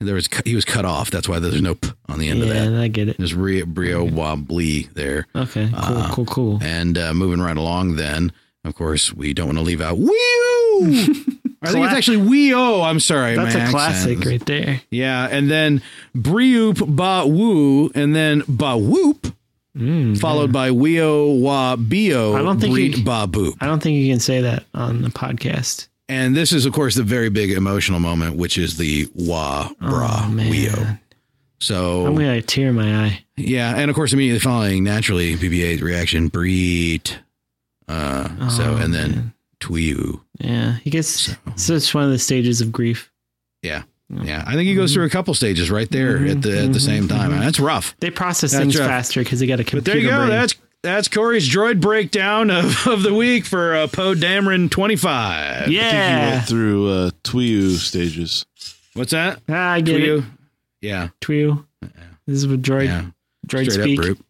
There was, cu- he was cut off. That's why there's no p on the end of that.
Yeah, I get it.
There's re- brio
Mm-hmm.
wobbly there.
Okay, cool,
Ah.
cool, cool.
And uh, moving right along, then, of course, we don't want to leave out wee I think it's actually wee oh. I'm sorry.
That's
my
a classic
accent.
right there.
Yeah. And then brioop ba woo, and then ba whoop,
Mm,
followed by wee oh wa bio.
I don't think
breed
you-
ba boop.
I don't think you can say that on the podcast.
And this is, of course, the very big emotional moment, which is the wa bra
Oh, man.
wee oh. So
I'm gonna have a tear in my eye.
Yeah, and of course, immediately following, naturally, BB-8 reaction, breed. Uh, so,
Oh,
and then
man.
tweeu.
Yeah, he gets. So it's one of the stages of grief.
Yeah, yeah. I think he goes through a couple stages right there at the at the same time. That's rough.
They process
That's
things
rough.
faster because they got a computer
mm-hmm, But there you go.
brain.
That's that's Corey's droid breakdown of, of the week for uh, Poe Dameron twenty five.
He
yeah.
went through uh, Twiu stages.
What's that?
Ah, I get it.
Tweeu. Yeah,
Twiu. This is what droid
yeah.
droid
Straight
speak.
up broop.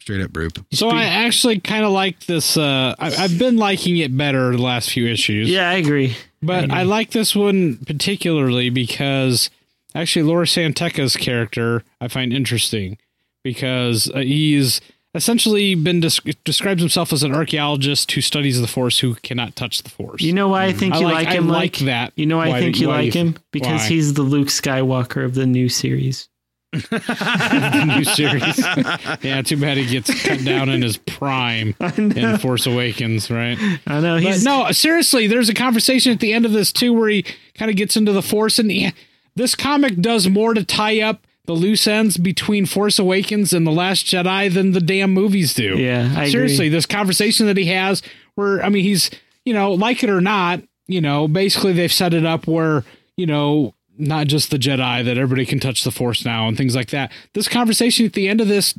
Straight up broop.
So I actually kind of like this. Uh, I, I've been liking it better the last few issues.
Yeah, I agree.
But I like this one particularly because actually Laura Santeca's character I find interesting because uh, he's essentially been des- describes himself as an archaeologist who studies the force who cannot touch the force.
You know why I think
Mm. I
you
like-
like,
I
him?
like that.
You know why,
Why
I think
do-
you
why do
like
you
him?
think-
Because
why?
he's the Luke Skywalker of the new series.
the new series. yeah, too bad he gets cut down in his prime in Force Awakens, right?
I know
But
he's
no, seriously, there's a conversation at the end of this too where he kind of gets into the Force, and he- this comic does more to tie up the loose ends between Force Awakens and the Last Jedi than the damn movies do.
Yeah, I agree.
seriously, this conversation that he has, where I mean, he's you know, like it or not, you know, basically they've set it up where you know. Not just the Jedi that everybody can touch the Force now and things like that. This conversation at the end of this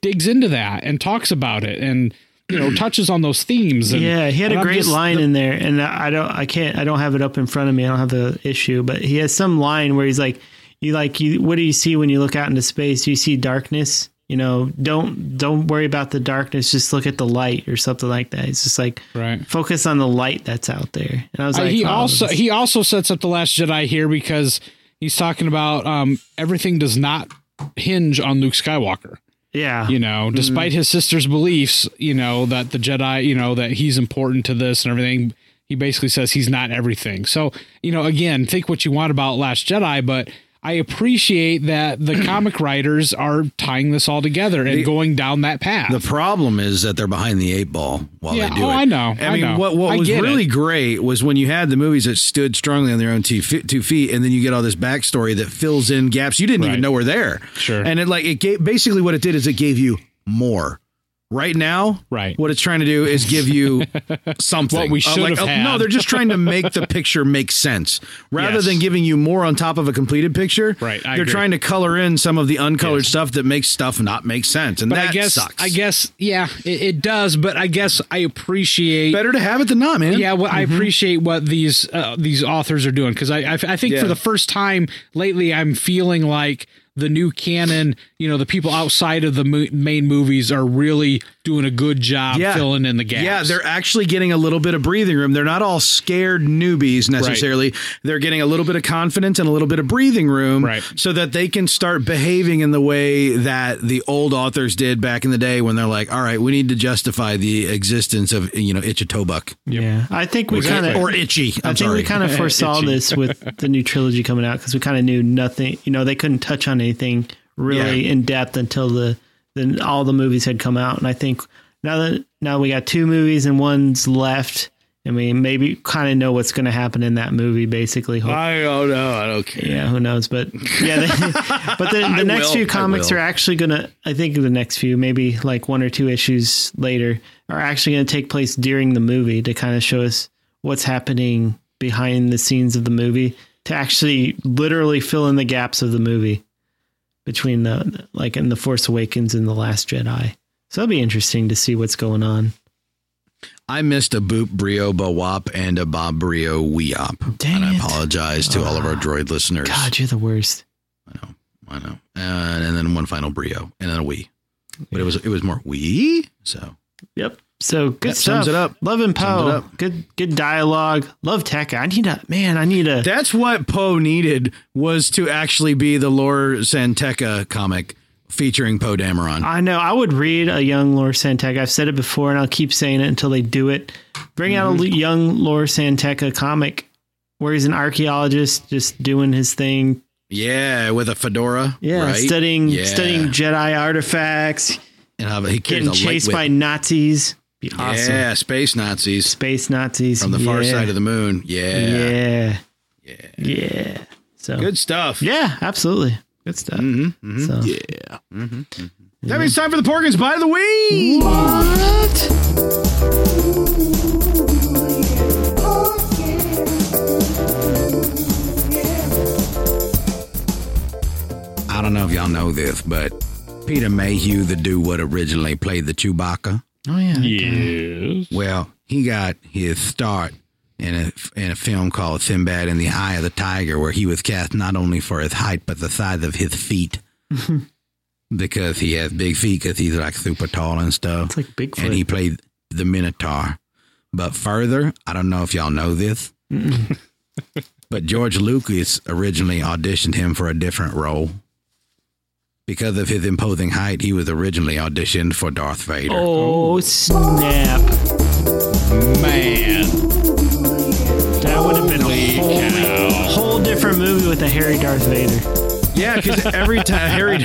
digs into that and talks about it and you know touches on those themes. And,
Yeah, he had
and
a
I'm
great
just-
line in there, and I don't, I can't, I don't have it up in front of me. I don't have the issue, but he has some line where he's like, "You like, you, what do you see when you look out into space? You see darkness. You know, don't don't worry about the darkness. Just look at the light or something like that. It's just like
Right.
focus on the light that's out there." And I was
Uh,
like,
he
um,
"Oh,
also
this-
he also sets up the Last Jedi here because he's talking about um, everything does not hinge on Luke Skywalker.
yeah,
You
Mm.
know, despite his sister's beliefs, you know that the Jedi, you know that he's important to this and everything. He basically says he's not everything. So you know, again, think what you want about Last Jedi, but. I appreciate that the comic writers are tying this all together and going down that path.
The problem is that they're behind the eight ball while
Yeah,
they do
oh,
it.
I know,
I
I
mean,
know.
what what
I
was
get
really
it.
great was when you had the movies that stood strongly on their own two feet, two feet, and then you get all this backstory that fills in gaps you didn't
Right.
even know were there.
Sure.
And it like it gave basically what it did is it gave you more. Right now,
Right.
What it's trying to do is give you something.
What we
Uh,
should
like,
have
uh, No,
had.
they're just trying to make the picture make sense rather
Yes.
than giving you more on top of a completed picture.
Right, I
they're
agree.
trying to color in some of the uncolored stuff that makes stuff not make sense, and
but
that
I guess
sucks.
I guess yeah, it, it does. But I guess I appreciate
better to have it than not, man.
Yeah, well, I appreciate what these uh, these authors are doing because I, I I think
Yeah.
for the first time lately I'm feeling like the new canon, you know, the people outside of the mo- main movies are really doing a good job
Yeah.
filling in the gaps.
Yeah, they're actually getting a little bit of breathing room. They're not all scared newbies necessarily. They're getting a little bit of confidence and a little bit of breathing room
Right.
so that they can start behaving in the way that the old authors did back in the day when they're like, all right, we need to justify the existence of, you know, Ichitobuck
yeah. I think we kind
Exactly.
of
or Itchy. I'm
I think
sorry.
we kind of foresaw this with the new trilogy coming out because we kind of knew nothing. You know, they couldn't touch on anything really in depth until the then all the movies had come out. And I think now that now we got two movies and one's left, and we maybe kind of know what's going to happen in that movie. Basically, Hope-
I don't know. I don't care.
yeah, who knows? But yeah, they, but the, the next
will, I
few comics
will.
are actually gonna. I think the next few, maybe like one or two issues later, are actually gonna take place during the movie to kind of show us what's happening behind the scenes of the movie to actually literally fill in the gaps of the movie between the like in the Force Awakens and the Last Jedi. So that'll be interesting to see what's going on.
I missed a Boop Brio Bawop and a Bob Brio Weop.
Dang
and I
it.
apologize to all of our droid listeners.
God, you're the worst.
I know. Uh, and then one final brio, and then a we. But it was it was more we. So
Yep. So good
That
stuff.
sums it up.
Love and
Sums it
Poe.
up.
Good good dialogue. Love Tekka. I need a man. I need a.
that's what Poe needed was to actually be the Lore Santeca comic featuring Poe Dameron.
I know. I would read a young Lore Santeca. I've said it before, and I'll keep saying it until they do it. Bring out a l- young Lore Santeca comic where he's an archaeologist, just doing his thing.
yeah, with a fedora.
Yeah,
right?
studying
Yeah.
studying Jedi artifacts,
And have, he carries
getting
a
chased
light
by
whip.
Nazis. Be awesome.
yeah space Nazis
Space Nazis
from the far
Yeah.
side of the moon. Yeah,
Yeah. Yeah. Yeah. So
good stuff.
Yeah, absolutely. Good stuff.
Mm-hmm.
So
That means time for the Porkins by the week. I don't know if y'all know this, but Peter Mayhew, the dude what originally played the Chewbacca,
Oh yeah.
well, he got his start in a in a film called Sinbad and the Eye of the Tiger, where he was cast not only for his height but the size of his feet, because he has big feet, because he's like super tall and stuff.
It's like Bigfoot.
and he played the Minotaur. But further, I don't know if y'all know this, but George Lucas originally auditioned him for a different role. Because of his imposing height, he was originally auditioned for Darth Vader.
oh snap!
man.
That would have been a whole, whole different movie with a hairy Darth Vader.
Yeah, because every time Harry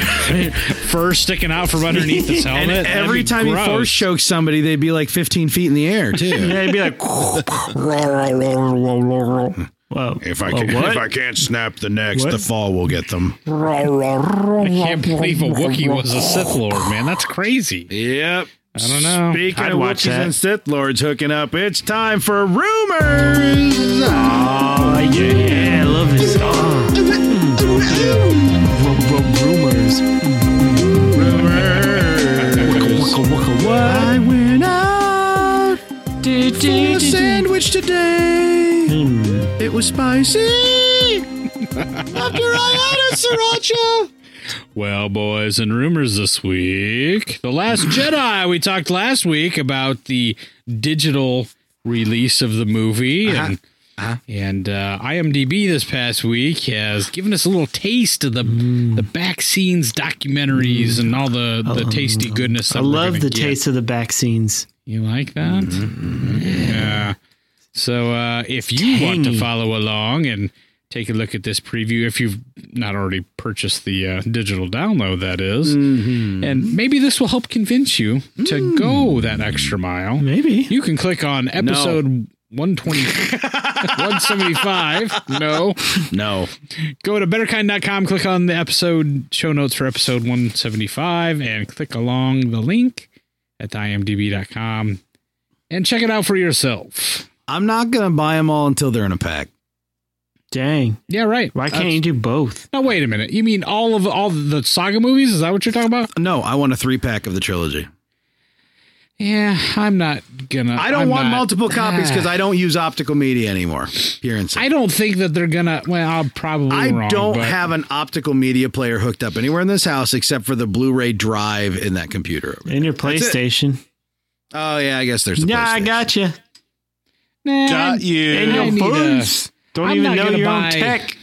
Fur sticking out from underneath his helmet.
and
That'd
every
be
time
gross.
he force chokes somebody, they'd be like 15 feet in the air too.
Yeah, he'd be like, whoa,
if I can, if I can't snap the necks, the fall will get them.
I can't believe a Wookiee was a Sith Lord, man. That's crazy.
Yep.
I don't know.
Speaking
I'd
of
watch
Wookiees
that.
and Sith Lords hooking up, it's time for rumors.
oh yeah, I love this. Oh. rumors.
rumors.
Waka, waka, waka, what?
I went out
Hmm.
It was spicy. After I had a sriracha.
Well, boys, and rumors this week. The Last Jedi, we talked last week about the digital release of the movie.
Uh-huh.
And, and uh, IMDb this past week has given us a little taste of the
Mm.
the back scenes documentaries and all the, the tasty goodness that
I
we're
love
gonna
the
get.
taste of the back scenes.
You like that? Mm-hmm, Yeah. So uh, if you want to
Tangy.
follow along and take a look at this preview, if you've not already purchased the uh, digital download, that is, and maybe this will help convince you to go that extra mile.
Maybe.
You can click on episode 120, 175. No.
No.
Go to betterkind.com, click on the episode show notes for episode 175, and click along the link at imdb.com and check it out for yourself.
I'm not gonna buy them all until they're in a pack.
Dang.
Yeah, right.
Why can't you do both?
Now, wait a minute. You mean all of all the saga movies? Is that what you're talking about?
No, I want a three pack of the trilogy.
Yeah, I'm not gonna.
I don't
I'm
want
not- Ah.
multiple copies because I don't use optical media anymore. Here in
I don't think that they're gonna. Well, I'll probably.
I
wrong,
don't
but-
have an optical media player hooked up anywhere in this house except for the Blu-ray drive in that computer.
In your
That's it.
PlayStation.
Oh yeah, I guess there's. A
Yeah, I
PlayStation.
gotcha.
Nah,
Got
And
you.
I
your
need a-
phones. Don't
I'm
even
not
know
gonna
your
buy-
own tech.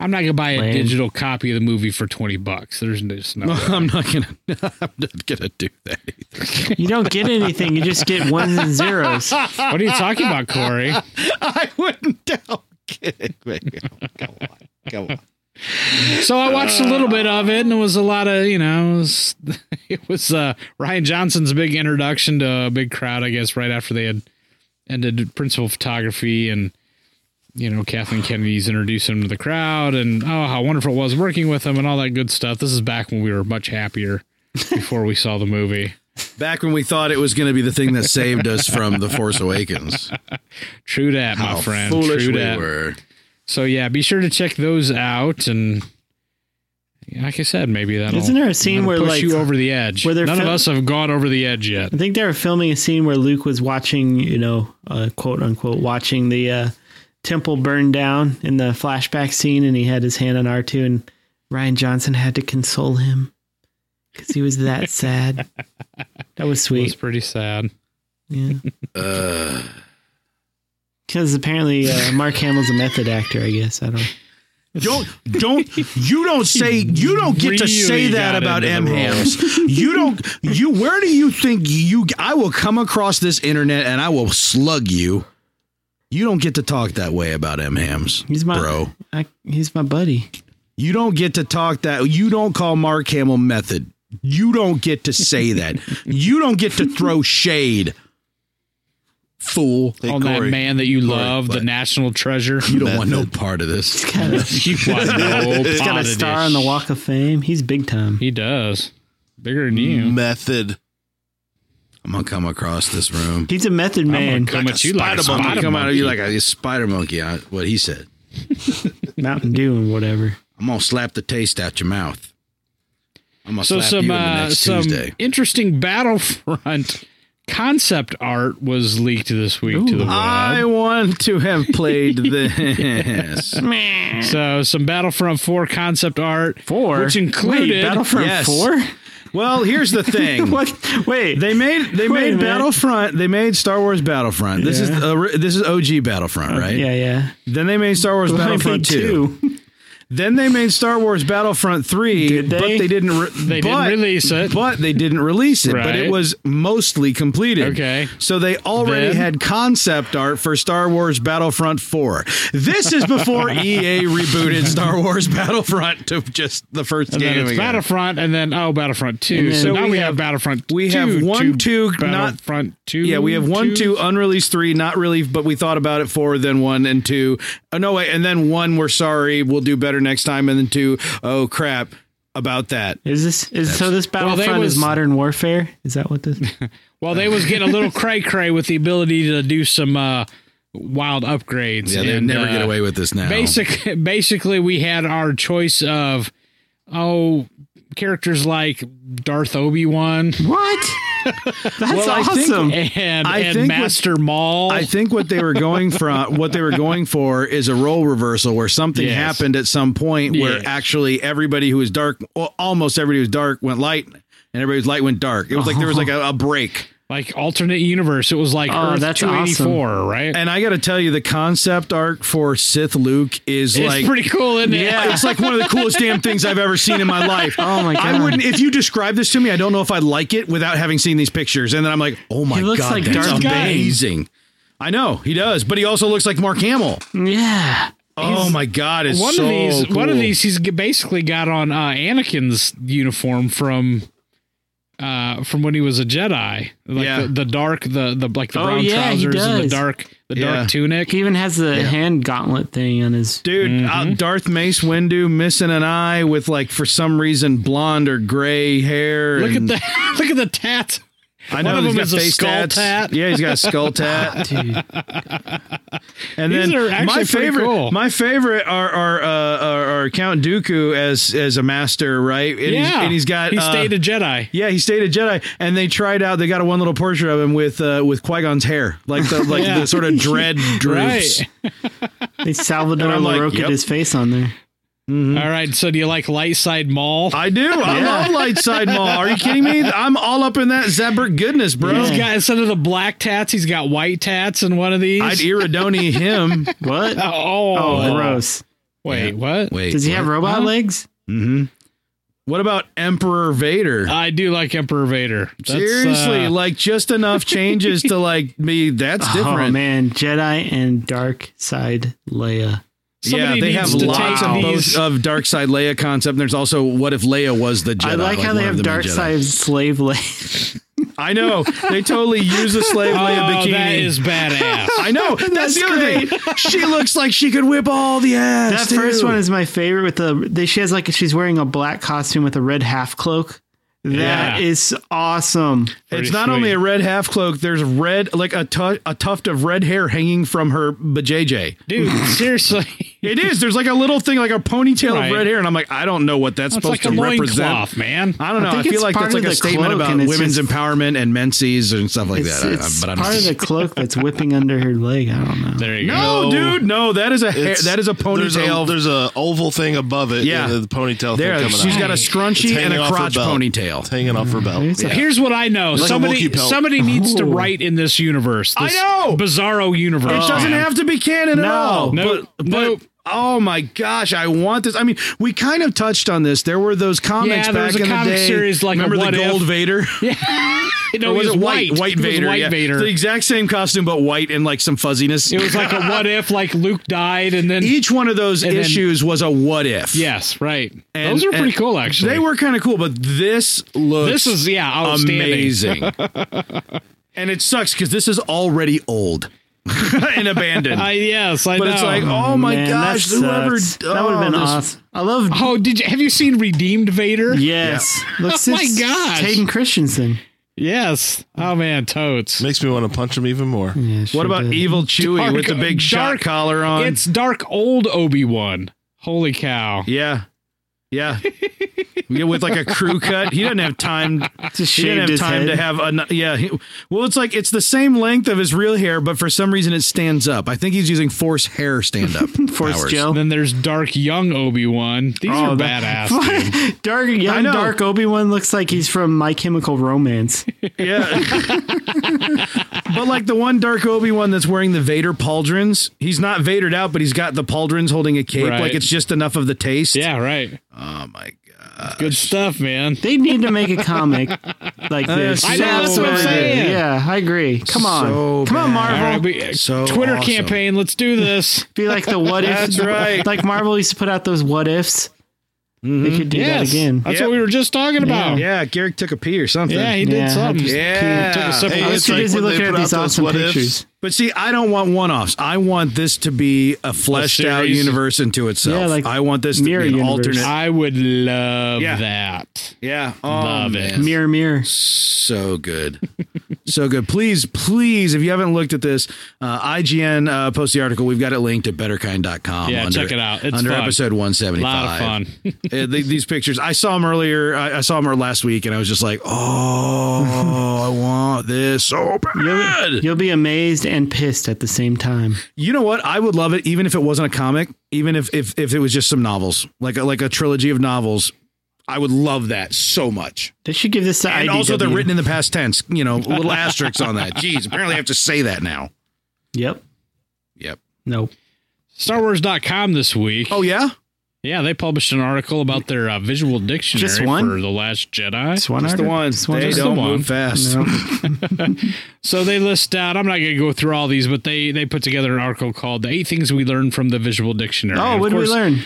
I'm not gonna buy a
Lame.
digital copy of the movie for twenty bucks. There's just no. way.
I'm not gonna. I'm not gonna do that. Either.
You don't get anything. You just get ones and zeros.
what are you talking about, Corey?
I wouldn't. I'm kidding. Go on. Go on.
So I watched a little bit of it, and it was a lot of you know, it was, it was uh, Ryan Johnson's big introduction to a big crowd, I guess, right after they had ended principal photography, and you know, Kathleen Kennedy's introduced him to the crowd, and oh, how wonderful it was working with him, and all that good stuff. This is back when we were much happier before we saw the movie.
Back when we thought it was going to be the thing that saved us from the Force Awakens,
True that, my
How
friend.
foolish
True
we
that.
were.
So yeah, be sure to check those out, and like I said, maybe that'll
Isn't there a scene
that'll
where
push
like
you over the edge?
where
None
they're
of
fil-
us have gone over the edge yet.
I think they were filming a scene where Luke was watching, you know, uh, quote unquote, watching the uh, temple burn down in the flashback scene, and he had his hand on R2, and Ryan Johnson had to console him because he was that sad. That was
It was
sweet.
pretty sad.
Yeah. Because apparently uh, Mark Hamill's a method actor, I guess. I don't.
Don't don't you don't say you don't get to
Really
say that
got
about M
into the
hams. You don't you where do you think you I will come across this internet and I will slug you. You don't get to talk that way about M hams.
He's my
bro.
I, he's my buddy.
You don't get to talk that you don't call Mark Hamill method. You don't get to say that. you don't get to throw shade. Fool.
Hey,
On that
Corey.
man that you love, the
but-
national treasure.
You don't want no part of this.
Got a,
You want no
He's
part
got a
of
star
this.
on the Walk of Fame. He's big time.
He does. Bigger than you.
Method.
I'm gonna come across this room.
He's a method man.
Come at you like a
spider monkey.
spider
Come out of you
monkey.
like a spider monkey. I, what he said.
Mountain Dew and whatever.
I'm gonna slap the taste out your mouth. I'm gonna
So
slap
some
you in the
uh,
next
some
Tuesday.
interesting Battlefront concept art was leaked this week to the web.
want to have played this.
so some Battlefront 4 concept art.
Four,
Which included
Wait, Battlefront
Yes.
Four.
well, here's the thing.
What? Wait,
They made they
Wait a
made
minute.
Battlefront. They made Star Wars Battlefront. This is
Yeah.
uh, this is OG Battlefront, right?
Yeah, yeah.
Then they made Star Wars Battlefront
Maybe
two. Then they made Star Wars Battlefront 3,
Did
but
they?
they didn't re-
They didn't
but-
release it.
But they didn't release it, but
Right.
it was mostly completed.
Okay.
So they already
Then?
had concept art for Star Wars Battlefront 4. This is before EA rebooted Star Wars Battlefront to just the first
And
game.
then it's
again.
Battlefront, and then oh, Battlefront
And
Two.
then-
So
So
now
we
we, have,
have-
Battlefront.
we have one, two, not-
Battlefront Two.
Yeah, we have one, two, unreleased three, not really, but we thought about it four, then one and two. Oh, no, wait, and then one, we're sorry, we'll do better next time, and then two, oh crap, about that.
Is this is so? This
they
Battlefront
was-
is modern warfare. Is that what this?
Well, they was getting a little cray cray with the ability to do some uh, wild upgrades.
Yeah, they
And,
never get
uh,
away with this now.
Basic, basically, we had our choice of oh characters like Darth Obi Wan,
what? That's
Well, I think-
awesome.
and,
I
and
think what-
Master Maul.
I think what they were going from what they were going for is a role reversal where something
Yes.
happened at some point where
Yes.
actually everybody who was dark, well, almost everybody who was dark went light, and everybody who's light went dark. It was like there was like a, a break.
like alternate universe. It was like
Oh,
Earth
that's
284, right?
And I got to tell you, the concept art for Sith Luke is
it's
like
pretty cool, isn't it?
Yeah, it's like one of the coolest damn things I've ever seen in my life.
Oh my
I
God.
wouldn't if you describe this to me, I don't know if I'd like it without having seen these pictures. And then I'm like, oh my
He looks
god,
like
that's
Darth Bane.
amazing. I know he does, but he also looks like Mark Hamill.
yeah.
oh my god, it's
one
so
of these, one of
cool.
these, he's g- basically got on uh, Anakin's uniform from uh from when he was a Jedi. Like
Yeah.
the, the dark, the the like the
Oh,
brown
yeah, he
trousers and the
does.
dark, the
Yeah.
dark tunic.
He even has the hand gauntlet thing on his.
Dude,
Mm-hmm.
uh, Darth Mace Windu missing an eye with like for some reason blonde or gray hair.
look at
and-
the look at the tat.
I know
One of
he's
them
got
is a
face
skull
tats.
tat.
Yeah, he's got a skull tat. And
These
then
are actually
my
pretty
favorite,
cool.
my favorite are are, uh, are are Count Dooku as as a master, right? And he's,
Yeah,
and he's got
he
uh,
stayed a Jedi.
yeah, he stayed a Jedi, and they tried out. They got a one little portrait of him with uh, with Qui Gon's hair, like the like
Yeah.
the sort of dread droops.
Right.
They Salvador
And I'm like,
LaRocca
yep.
his face on there.
All right. So do you like light side Maul?
I do. I love Lightside Mall. Are you kidding me? I'm all up in that Zebra goodness, bro.
He's got instead of the black tats, he's got white tats in one of these.
I'd Iridoni him.
What?
oh,
Oh, gross.
Wait, what?
Wait,
Does he have robot
Huh?
legs?
Mm-hmm. What about Emperor Vader?
I do like Emperor Vader. Uh, That's,
Seriously,
uh,
like just enough changes to like me. That's
Oh
different.
man, Jedi and Dark Side Leia.
yeah,
somebody
they
needs
have
to
lots
take
of
these-
both of Dark Side Leia concept. And there's also what if Leia was the Jedi?
I like, how
one
they
of
have
the main
Dark
Jedi.
Side Slave Leia.
I know they totally use the slave Leia
oh,
bikini.
that is badass.
I know that's, the other thing. She looks like she could whip all the ass.
That first
too.
one is my favorite. With the they, she has like she's wearing a black costume with a red half cloak.
Yeah.
That is awesome.
It's
Pretty
not
sweet.
only a red half cloak. There's red, like a tu- a tuft of red hair hanging from her bajayjay.
Dude, seriously.
It is. There's like a little thing, like a ponytail
Right.
of red hair, and I'm like, I don't know what that's,
That's
supposed
like a
to represent.
loincloth, man.
I don't know. I,
I think
feel
it's
like
part
that's like
of
a
the
statement
cloak,
about
and it's
women's
just-
empowerment and menses and stuff like
It's,
that. I-
it's
I, but I'm
part of the cloak that's whipping under her leg. I don't know.
There you
no, dude, no. That is a hair,
It's-
that is a
There's
ponytail.
a, there's a oval thing above it.
Yeah.
Yeah, the ponytail.
there,
thing coming
she's
out.
got a
It's
scrunchie
hanging
and a
off her
crotch
belt.
ponytail.
It's hanging off her belt.
It's a-
Here's what I know.
Like a
somebody
Wookiee pelt.
somebody needs to write in this universe.
Oh. I
This
know!
Bizarro universe.
It doesn't
man.
have to be canon at
No.
all.
Nope.
But, but
Nope.
oh my gosh, I want this. I mean, we kind of touched on this. There were those comics
Yeah, there
back
was a
in
comic
the day.
series like a
Remember
What
the
If?
Gold Vader?
No,
Or
he
was
was
it white? White
He was
Vader.
White
yeah.
Vader.
The exact same costume, but white and like some fuzziness.
It was like a what if, like Luke died, and then
Each one of those
And then-
issues was a what if.
yes, right.
And-
Those are pretty
and
cool, actually.
They were kind of cool, but this looks
This is yeah, outstanding.
amazing. and it sucks because this is already old and abandoned.
I yes, I
but
know.
it's like, oh my
Man,
gosh,
that,
whoever
sucks. that would have been
oh, this-
awesome. I love.
oh, did you have you seen Redeemed Vader?
Yes. Looks
Oh
like
my gosh.
Hayden Christensen.
Yes. Oh man, totes.
Makes me want to punch him even more.
Yeah,
What
sure
about
did.
evil Chewie
Dark-
with the big shot
dark-
collar on?
It's dark old Obi Wan. Holy cow!
yeah, yeah. Yeah, with like a crew cut. He doesn't have time.
Just
He didn't
shaved
have
his
time
head.
to have a. Yeah. he- well, it's like it's the same length of his real hair, but for some reason it stands up. I think he's using force hair stand up.
Force Joe.
Then there's dark young Obi Wan. These
Oh,
are badass. dude.
Oh, Dark
I
young
know.
Dark Obi Wan looks like he's from My Chemical Romance.
Yeah. but like the one Dark Obi Wan that's wearing the Vader pauldrons, he's not Vadered out, but he's got the pauldrons holding a cape.
Right.
Like it's just enough of the taste.
Yeah, right.
Oh my god.
Good stuff, man.
They need to make a comic like this.
I know,
that's what I'm
So
saying.
good. Yeah, I agree. Come on,
So
come
bad.
on,
All
Marvel.
right, we, uh,
So
Twitter
awesome.
campaign. Let's do this.
Be like the what if.
That's right.
Like Marvel used to put out those what ifs. They could do
yes,
that again.
that's
Yep.
what we were just talking about. Yeah,
Yeah, Garrick took a pee or something.
he did
Yeah,
something.
just-
Yeah.
Took a sip of
Hey,
I was
it's
too
like
busy
when they
looking at
put out
these
those
awesome
what ifs.
pictures.
But see, I don't want one offs. I want this to be a fleshed out
series.
universe into itself.
Yeah, like
I want this to be an
mirror universe.
alternate.
I would love
Yeah.
that.
yeah. Oh,
Love it.
man.
Mirror, mirror.
So good. So good. Please, please, if you haven't looked at this, uh, IGN uh, posted the article. We've got it linked at betterkind.com.
Yeah, check it out. It's
under
fun.
episode 175.
Lot of fun.
Uh, the- these pictures, I saw them earlier. I, I saw them last week, and I was just like, oh, I want this so bad.
You'll be amazed and pissed at the same time.
You know what? I would love it even if it wasn't a comic, even if if, if it was just some novels, like a, like a trilogy of novels. I would love that so much.
They should give this to
And
IDW.
also, they're written in the past tense. You know, little asterisks on that. Jeez, apparently I have to say that now.
Yep.
Yep.
Nope.
StarWars.com this week.
Oh yeah.
Yeah, they published an article about their uh, visual dictionary
Just one?
for The Last Jedi.
It's one
That's the
article.
one.
It's one
They
article.
don't
the one.
move fast.
So they list out. I'm not going to go through all these, but they they put together an article called "The Eight Things We Learned from the Visual Dictionary."
Oh,
And of
what did we
course,
learn?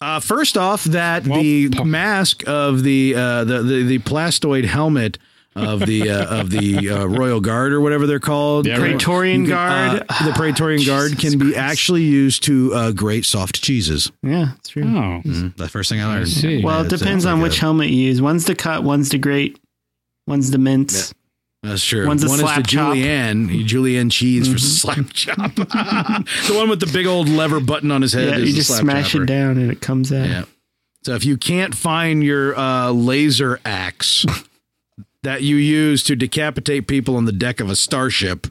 Uh, first off, that
Well,
the
po-
mask of the, uh, the the the plastoid helmet of the uh, of the uh, royal guard or whatever they're called,
Yeah, right.
Praetorian
You can-
Guard.
uh, the Praetorian Guard can be actually used to uh, grate soft cheeses.
yeah, it's true.
Oh,
Mm-hmm. The first thing I learned.
see.
Well, it
it's-
depends
it's like
on which
a-
helmet you use. One's to cut, one's to grate, one's to mince.
That's true.
One's a
one
slap
is the
chop. Mm-hmm.
julienne, julienne cheese for slap chop. the one with the big old lever button on his head.
Yeah,
is the
you just
slap
smash
chopper.
it down and it comes out.
Yeah. So if you can't find your uh, laser axe that you use to decapitate people on the deck of a starship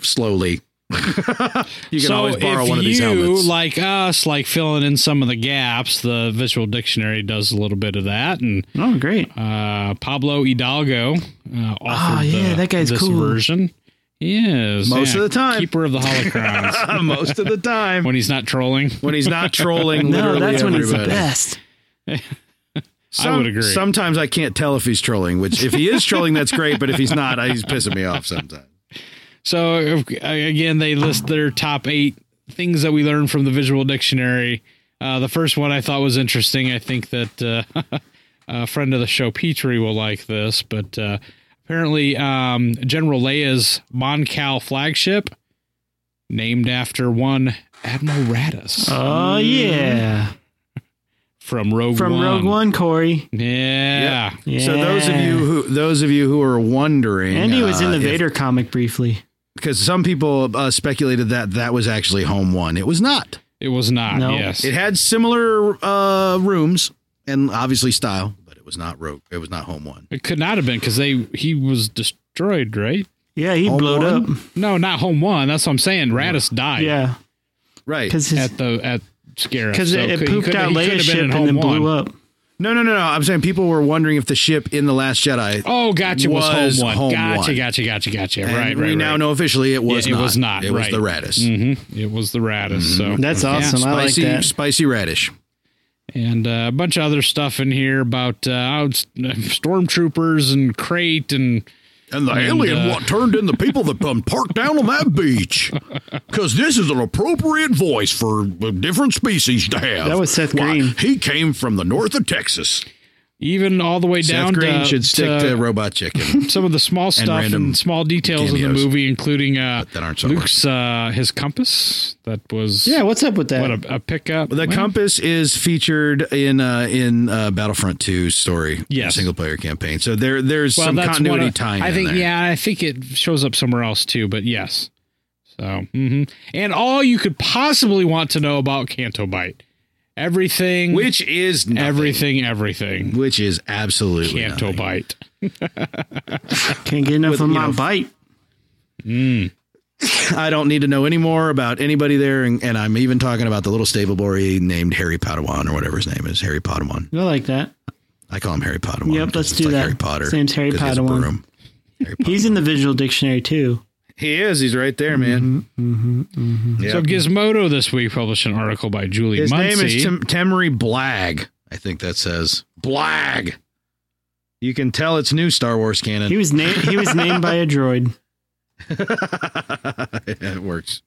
slowly, you can
so
always borrow
if
one of these
you
helmets.
like us, like filling in some of the gaps, the visual dictionary does a little bit of that, and
Oh, great.
uh, Pablo Hidalgo uh, authored
Ah, yeah,
the-
that guy's
this
cool.
version. Yes,
Most
yeah,
of the time.
keeper of the holocrons
Most of the time,
when he's not trolling.
when he's not trolling,
No,
literally
that's when he's the
everybody.
best.
I would agree.
Sometimes I can't tell if he's trolling. Which, if he is trolling, that's great. But if he's not, I, he's pissing me off sometimes.
So if- uh, again, they list their top eight things that we learned from the visual dictionary. Uh, the first one I thought was interesting. I think that uh, a friend of the show Petrie will like this, but uh, apparently um, General Leia's Mon Cal flagship, named after one Admiral Raddus
Oh, yeah.
from Rogue
From
One.
Rogue One, Corey.
Yeah.
Yeah.
So those of you who those of you who are wondering,
Andy was in
uh,
the
if-
Vader comic briefly.
because some people uh, speculated that that was actually home one. It was not.
It was not.
No.
Yes.
It had similar uh, rooms and obviously style, but it was not rogue. It was not home one.
It could not have been because they he was destroyed, right?
Yeah, he
Home
blowed
One?
up.
No, not home one. That's what I'm saying. Raddus died.
Yeah,
Right.
because his
at the at Scarab
because
So
it,
he
it pooped
could-
out
he could have been
Leia's
in
ship and
Home
then blew
One.
up.
No, no, no, no. I'm saying people were wondering if the ship in the Last Jedi.
Oh, gotcha. Was,
Was
home one.
Home
gotcha,
One.
gotcha, gotcha, gotcha.
and
right, right.
We now
right.
know officially it was
Yeah, it
not.
was not,
It
right.
was the radish.
Mm-hmm. It was the Raddus. So
Mm-hmm. That's
Yeah.
awesome. I like
Spicy,
that.
spicy radish.
and uh, a bunch of other stuff in here about uh, out- stormtroopers and crate and
And the
alien uh, what
turned in the people that um, parked down on that beach. Because this is an appropriate voice for different species to have.
That was Seth Why, Green.
He came from the north of Texas.
even all the way down
Seth Green
to,
should stick
to
to, Robot Chicken.
some of the small stuff and,
random
small details of the
cameos.
movie, including uh,
that aren't so
Luke's uh, his compass that was
Yeah, what's up with that?
what a, a pickup.
The
Well,
compass is featured in uh, in uh, Battlefront 2's story,
Yes.
single player campaign. So there there's some continuity
one of-
time.
I
in
think
there.
yeah, I think it shows up somewhere else too, but yes. So, mhm. and all you could possibly want to know about Canto Bite. Everything
which is nothing.
everything everything.
which is absolutely
Canto
nothing.
Bite.
Can't get enough of
you
my
know,
bite.
I don't need to know any more about anybody there, and, and I'm even talking about the little stable boy named Harry Padawan or whatever his name is, Harry Padawan.
I like that.
I call him Harry Padawan.
Yep,
'cause
let's
it's
do
like
that.
Harry Potter.
His name's Harry
'cause he has a
Padawan.
broom. Harry Potter.
He's in the visual dictionary too. Mm-hmm,
He is. He's right there, man. Yeah.
So Gizmodo this week published an article by Julie
His
Muncy.
name is Tim- Temery Blag. I think that says Blag. You can tell it's new Star Wars canon.
He was named. He was named by a droid.
it works.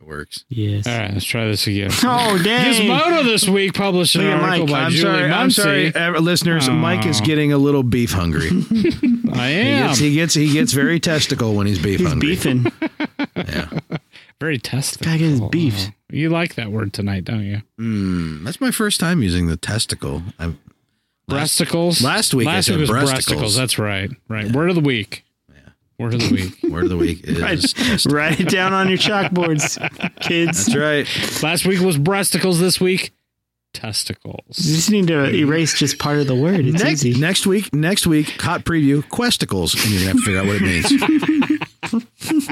It works.
Yes.
all right, let's try this again.
Oh dang!
Gizmodo this week published an
Look at
article
Mike.
by
I'm
Julie
sorry,
Muncy.
I'm sorry, ev- listeners. Mike is
Oh.
getting a little beef hungry. He
I am
gets, he gets he gets very testicle when he's beef
He's
hungry.
beefing.
very tested.
Guy gets beefed.
You like that word tonight, don't you?
Hmm, Mm, that's my first time using the testicle. I'm
breasticles.
last week I
last
said
week was
breasticles.
breasticles. That's right. Right. Word of the week. Word of the week.
Word of the week is.
Write it down on your chalkboards, kids.
That's right.
last week was breasticles. This week, testicles.
You just need to erase just part of the word. It's
Next,
easy.
next week, next week, cot preview, questicles, and you're gonna have to figure out what it means.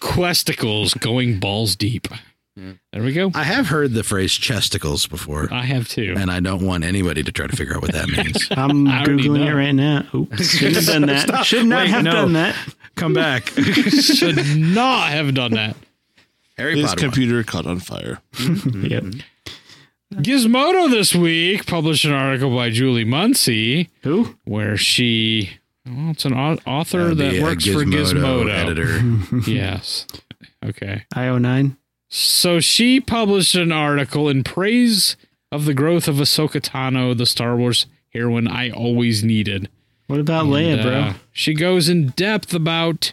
Questicles going balls deep. There we go.
I have heard the phrase chesticles before,
I have two.
and I don't want anybody to try to figure out what that means.
I'm
I already
googling it
know.
right now. Oops, shouldn't have done that. Should not
Wait,
have
no.
done that.
Come back,
Should not have done that.
Harry
His
Potter. one.
computer caught on fire.
Yep.
Gizmodo this week published an article by Julie Muncie
Who?
where she, well, it's an au- author
That'd
that,
be a
works for Gizmodo.
editor.
Yes. Okay.
IO9.
So she published an article in praise of the growth of Ahsoka Tano, the Star Wars heroine I always needed.
What about Leia,
And,
bro?
uh, she goes in depth about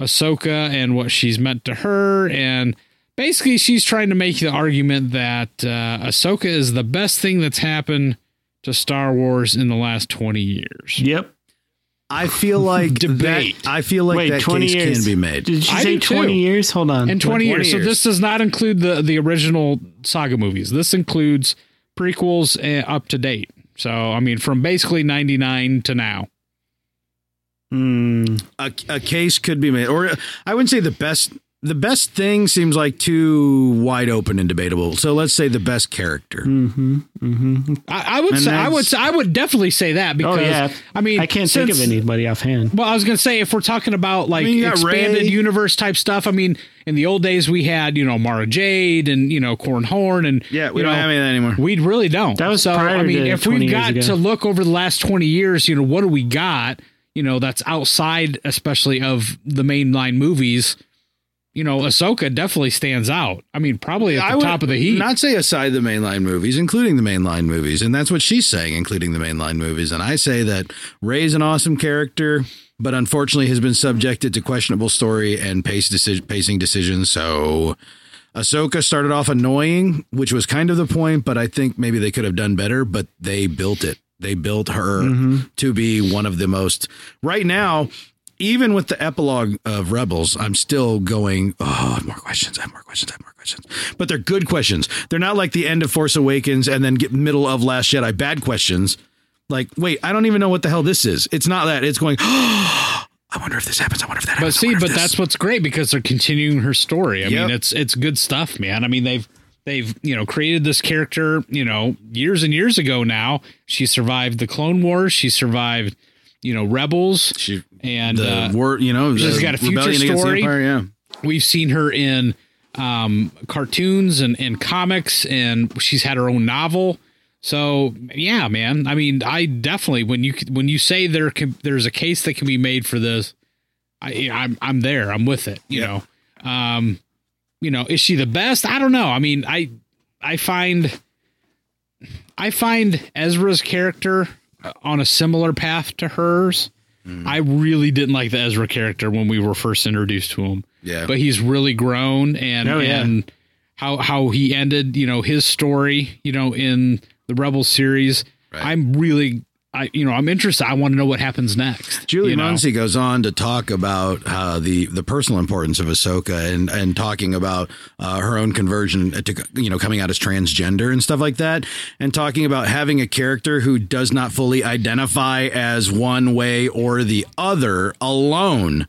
Ahsoka and what she's meant to her. And basically, she's trying to make the argument that uh, Ahsoka is the best thing that's happened to Star Wars in the last 20 years.
yep.
I feel like
Debate.
That, I feel like
Wait,
that
20
case
years.
can be made.
Did she
I
say
do too.
20 years? Hold on.
In 20, years. So this does not include the, the original saga movies. This includes prequels uh, up to date. So, I mean, from basically 99 to now.
Mm,
a, a case could be made, or uh, I wouldn't say the best. The best thing seems like too wide open and debatable. So let's say the best character.
Hmm.
mm-hmm, mm-hmm.
I, I would
And
say I
that's-
would say, I would definitely say that because
Oh, yeah.
I mean
I can't think of
since-
anybody offhand.
Well, I was gonna say if we're talking about like
mean, you got
expanded
Rey.
universe type stuff, I mean, in the old days we had you know Mara Jade and you know Corn Horn and you know,
of that anymore.
We really don't.
That was
so.
prior
I mean,
to
if
20
we've
years
got
ago.
to look over the last twenty years, you know, what do we got? You know, that's outside, especially of the mainline movies. You know, Ahsoka definitely stands out. I mean, probably at the top of the heap.
Not say aside the mainline movies, including the mainline movies, and that's what she's saying, including the mainline movies. And I say that Ray's an awesome character, but unfortunately has been subjected to questionable story and pace deci- pacing decisions. So Ahsoka started off annoying, which was kind of the point, but I think maybe they could have done better. But they built it. They built her
Mm-hmm.
to be one of the most right now. Even with the epilogue of Rebels, I'm still going. Oh, I have more questions. I have more questions. I have more questions. But they're good questions. They're not like the end of Force Awakens and then get middle of Last Jedi bad questions. Like, wait, I don't even know what the hell this is. It's not that. It's going. I wonder if this happens. I wonder if that.
But
happens. I
see,
wonder if
but
this-
that's what's great because they're continuing her story. I
Yep.
mean, it's it's good stuff, man. I mean, they've they've you know created this character, you know, years and years ago. Now she survived the Clone Wars. She survived, you know, Rebels.
She-
and
the
uh,
war. You know,
she's
the
got a future
rebellion against the
story.
Empire, yeah.
we've seen her in um, cartoons and, and comics, and she's had her own novel. So yeah, man. I mean, I definitely when you when you say there can, there's a case that can be made for this, I, I'm I'm there. I'm with it. You know, um, you know, is she the best? I don't know. I mean, I I find I find Ezra's character uh, on a similar path to hers. I really didn't like the Ezra character when we were first introduced to him
Yeah.
but he's really grown and
Oh, yeah.
and how how he ended you know his story you know in the rebel series i'm really i you know i'm interested i want to know what happens next
Julie
you know?
Muncy goes on to talk about uh, the the personal importance of Ahsoka and and talking about uh, her own conversion to you know coming out as transgender and stuff like that, and talking about having a character who does not fully identify as one way or the other alone,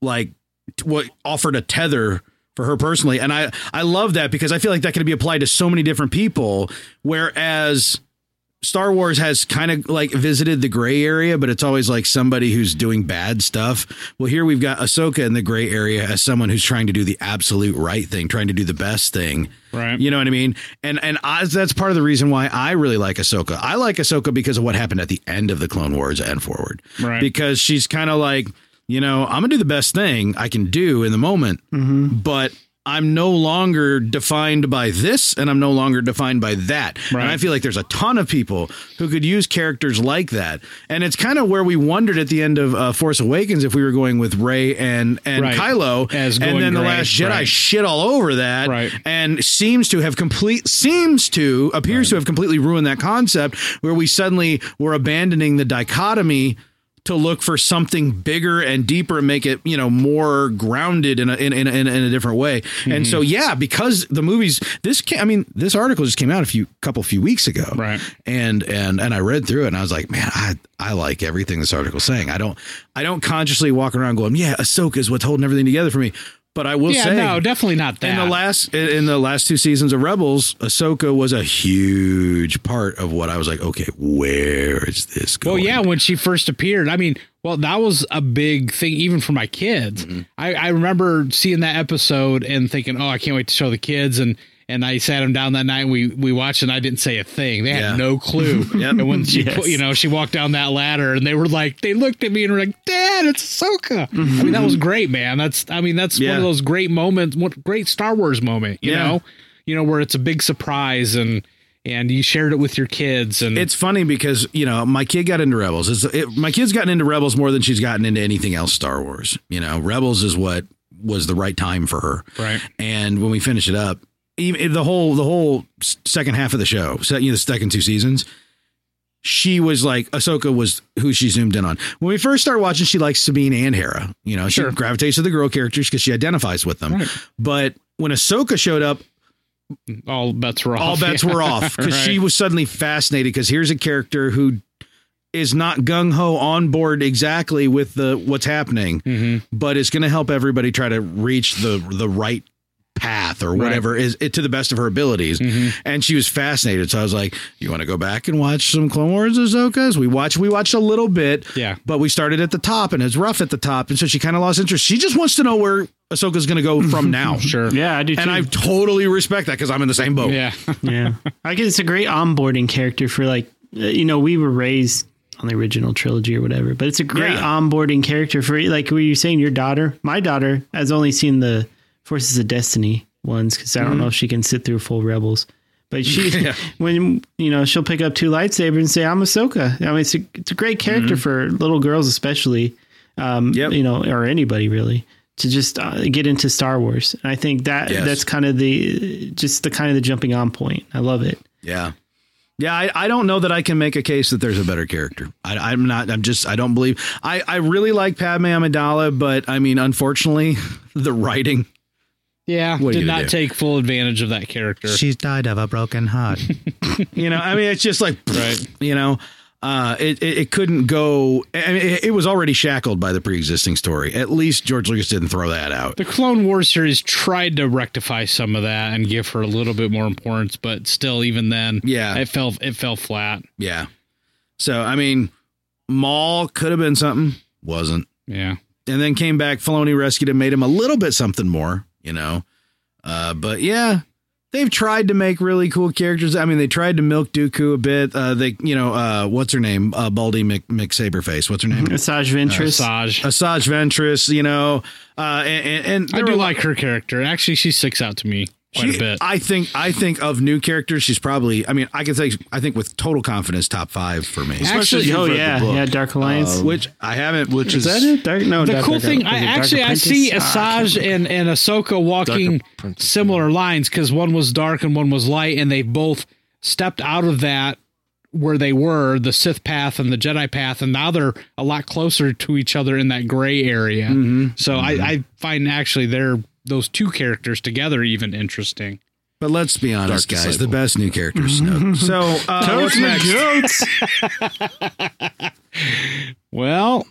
like t- what offered a tether for her personally, and I I love that because I feel like that can be applied to so many different people, whereas. Star Wars has kind of like visited the gray area, but it's always like somebody who's doing bad stuff. Well, here we've got Ahsoka in the gray area as someone who's trying to do the absolute right thing, trying to do the best thing.
Right.
You know what I mean? And and I, that's part of the reason why I really like Ahsoka. I like Ahsoka because of what happened at the end of the Clone Wars and forward.
Right.
Because
Mm-hmm.
she's kind of like, you know, I'm gonna do the best thing I can do in the moment, but. I'm no longer defined by this and I'm no longer defined by that. And I feel like there's a ton of people who could use characters like that. And it's kind of where we wondered at the end of uh, Force Awakens if we were going with Ray and and
Right.
Kylo
As
and
going
then the
gray,
last Jedi
right.
shit all over that
Right.
and seems to have complete seems to appears to have completely ruined that concept where we suddenly were abandoning the dichotomy to look for something bigger and deeper and make it you know more grounded in a in, in, in, in a different way and
Mhm.
so yeah because the movies this ca- i mean this article just came out a few couple few weeks ago
Right.
and and and i read through it and i was like man i i like everything this article's saying i don't i don't consciously walk around going yeah ahsoka is what's holding everything together for me but i will
yeah,
say
no, definitely not that.
in the last in in the last two seasons of Rebels, Ahsoka was a huge part of what I was like. Okay, where is this
well,
going?
Oh, yeah, when she first appeared, I mean, well, that was a big thing even for my kids.
Mm-hmm.
I, I remember seeing that episode and thinking, oh, I can't wait to show the kids and. And I sat them down that night. And we we watched, and I didn't say a thing. They had
Yeah.
no clue. And when she,
Yes.
put, you know, she walked down that ladder, and they were like, they looked at me and were like, "Dad, it's Ahsoka." I mean, that was great, man. That's, I mean, that's one
Mm-hmm. Yeah.
of those great moments, one great Star Wars moment. You
Yeah.
know, you know, where it's a big surprise, and and you shared it with your kids, and
It's funny because you know my kid got into Rebels. It's, it, my kid's gotten into Rebels more than she's gotten into anything else Star Wars. You know, Rebels is what was the right time for her.
Right.
And when we finish it up, even the whole the whole s- second half of the show, so, you know, the second two seasons, she was like Ahsoka was who she zoomed in on. When we first started watching, she likes Sabine and Hera. You know, she gravitates to the girl characters because she identifies with them.
Right.
But when Ahsoka showed up,
all bets were off.
all bets
Oh, yeah.
were off because she was suddenly fascinated because here's a character who is not gung ho on board exactly with the what's happening,
Mm-hmm.
but is going to help everybody try to reach the the right path or whatever is it to the best of her abilities.
Mm-hmm.
And she was fascinated, so I was like, "You want to go back and watch some Clone Wars, Ahsoka's?" We watched we watched a little bit,
Yeah.
but we started at the top and it's rough at the top, and so she kind of lost interest. She just wants to know where Ahsoka's going to go from now.
sure.
Yeah, I do too.
And I totally respect that because I'm in the same boat.
Yeah.
yeah. I guess it's a great onboarding character for like uh, you know we were raised on the original trilogy or whatever, but it's a great
Yeah.
onboarding character for like were you saying your daughter? My daughter has only seen the Forces of Destiny ones because I don't
Mm-hmm.
know if she can sit through full Rebels. But she, when you know, she'll pick up two lightsabers and say, "I'm Ahsoka." I mean, it's a it's a great character for little girls, especially, um,
Mm-hmm. Yep.
you know, or anybody really to just uh, get into Star Wars. And I think that
Yes.
that's kind of the just the kind of the jumping on point. I love it.
Yeah. Yeah, I, I don't know that I can make a case that there's a better character. I, I'm not. I'm just. I don't believe. I, I really like Padme Amidala, but I mean, unfortunately, the writing.
Yeah.
What are you
Did
gonna
not
do?
take full advantage of that character.
She's died of a broken heart. you know. I mean, it's just like.
Right.
You know. Uh, it, it it couldn't go. I mean, it, it was already shackled by the pre-existing story. At least George Lucas didn't throw that out.
the Clone Wars series tried to rectify some of that and give her a little bit more importance, but still, even then,
Yeah.
it fell it fell flat.
Yeah. So I mean, Maul could have been something. Wasn't.
Yeah.
and then came back. Filoni rescued him, made him a little bit something more, you know. Uh, but yeah, they've tried to make really cool characters. I mean, they tried to milk Dooku a bit. Uh, they, you know, uh, what's her name? Uh, Baldy Mc, McSaberface. What's her
Mm-hmm.
name?
Asajj Ventress.
Saj.
Asajj Ventress. You know, uh, and, and, and
I
there
do
were-
like her character. Actually, she sticks out to me quite
she-
a bit.
I think. I think of new characters. She's probably. I mean, I can say. I think with total confidence, top five for me. Um,
Actually,
Especially if
oh
you've read
yeah,
the book.
yeah. Dark Alliance.
Which I haven't. Which
Is that
it? Dark, no,
the
Dark-
cool
Dark-
thing,
was
I
it Dark
actually I see
Apprentice? Ah, I can't
Asajj and and Ahsoka walking
Apprentice,
similar lines because one was dark and one was light, and they both stepped out of that where they were the Sith path and the Jedi path, and now they're a lot closer to each other in that gray area.
Mm-hmm.
So I, I find actually they're those two characters together even interesting.
But let's be honest,
Dark
guys.
Disciple.
The best new characters.
Mm-hmm.
Snoke. so uh, what's next?
Well.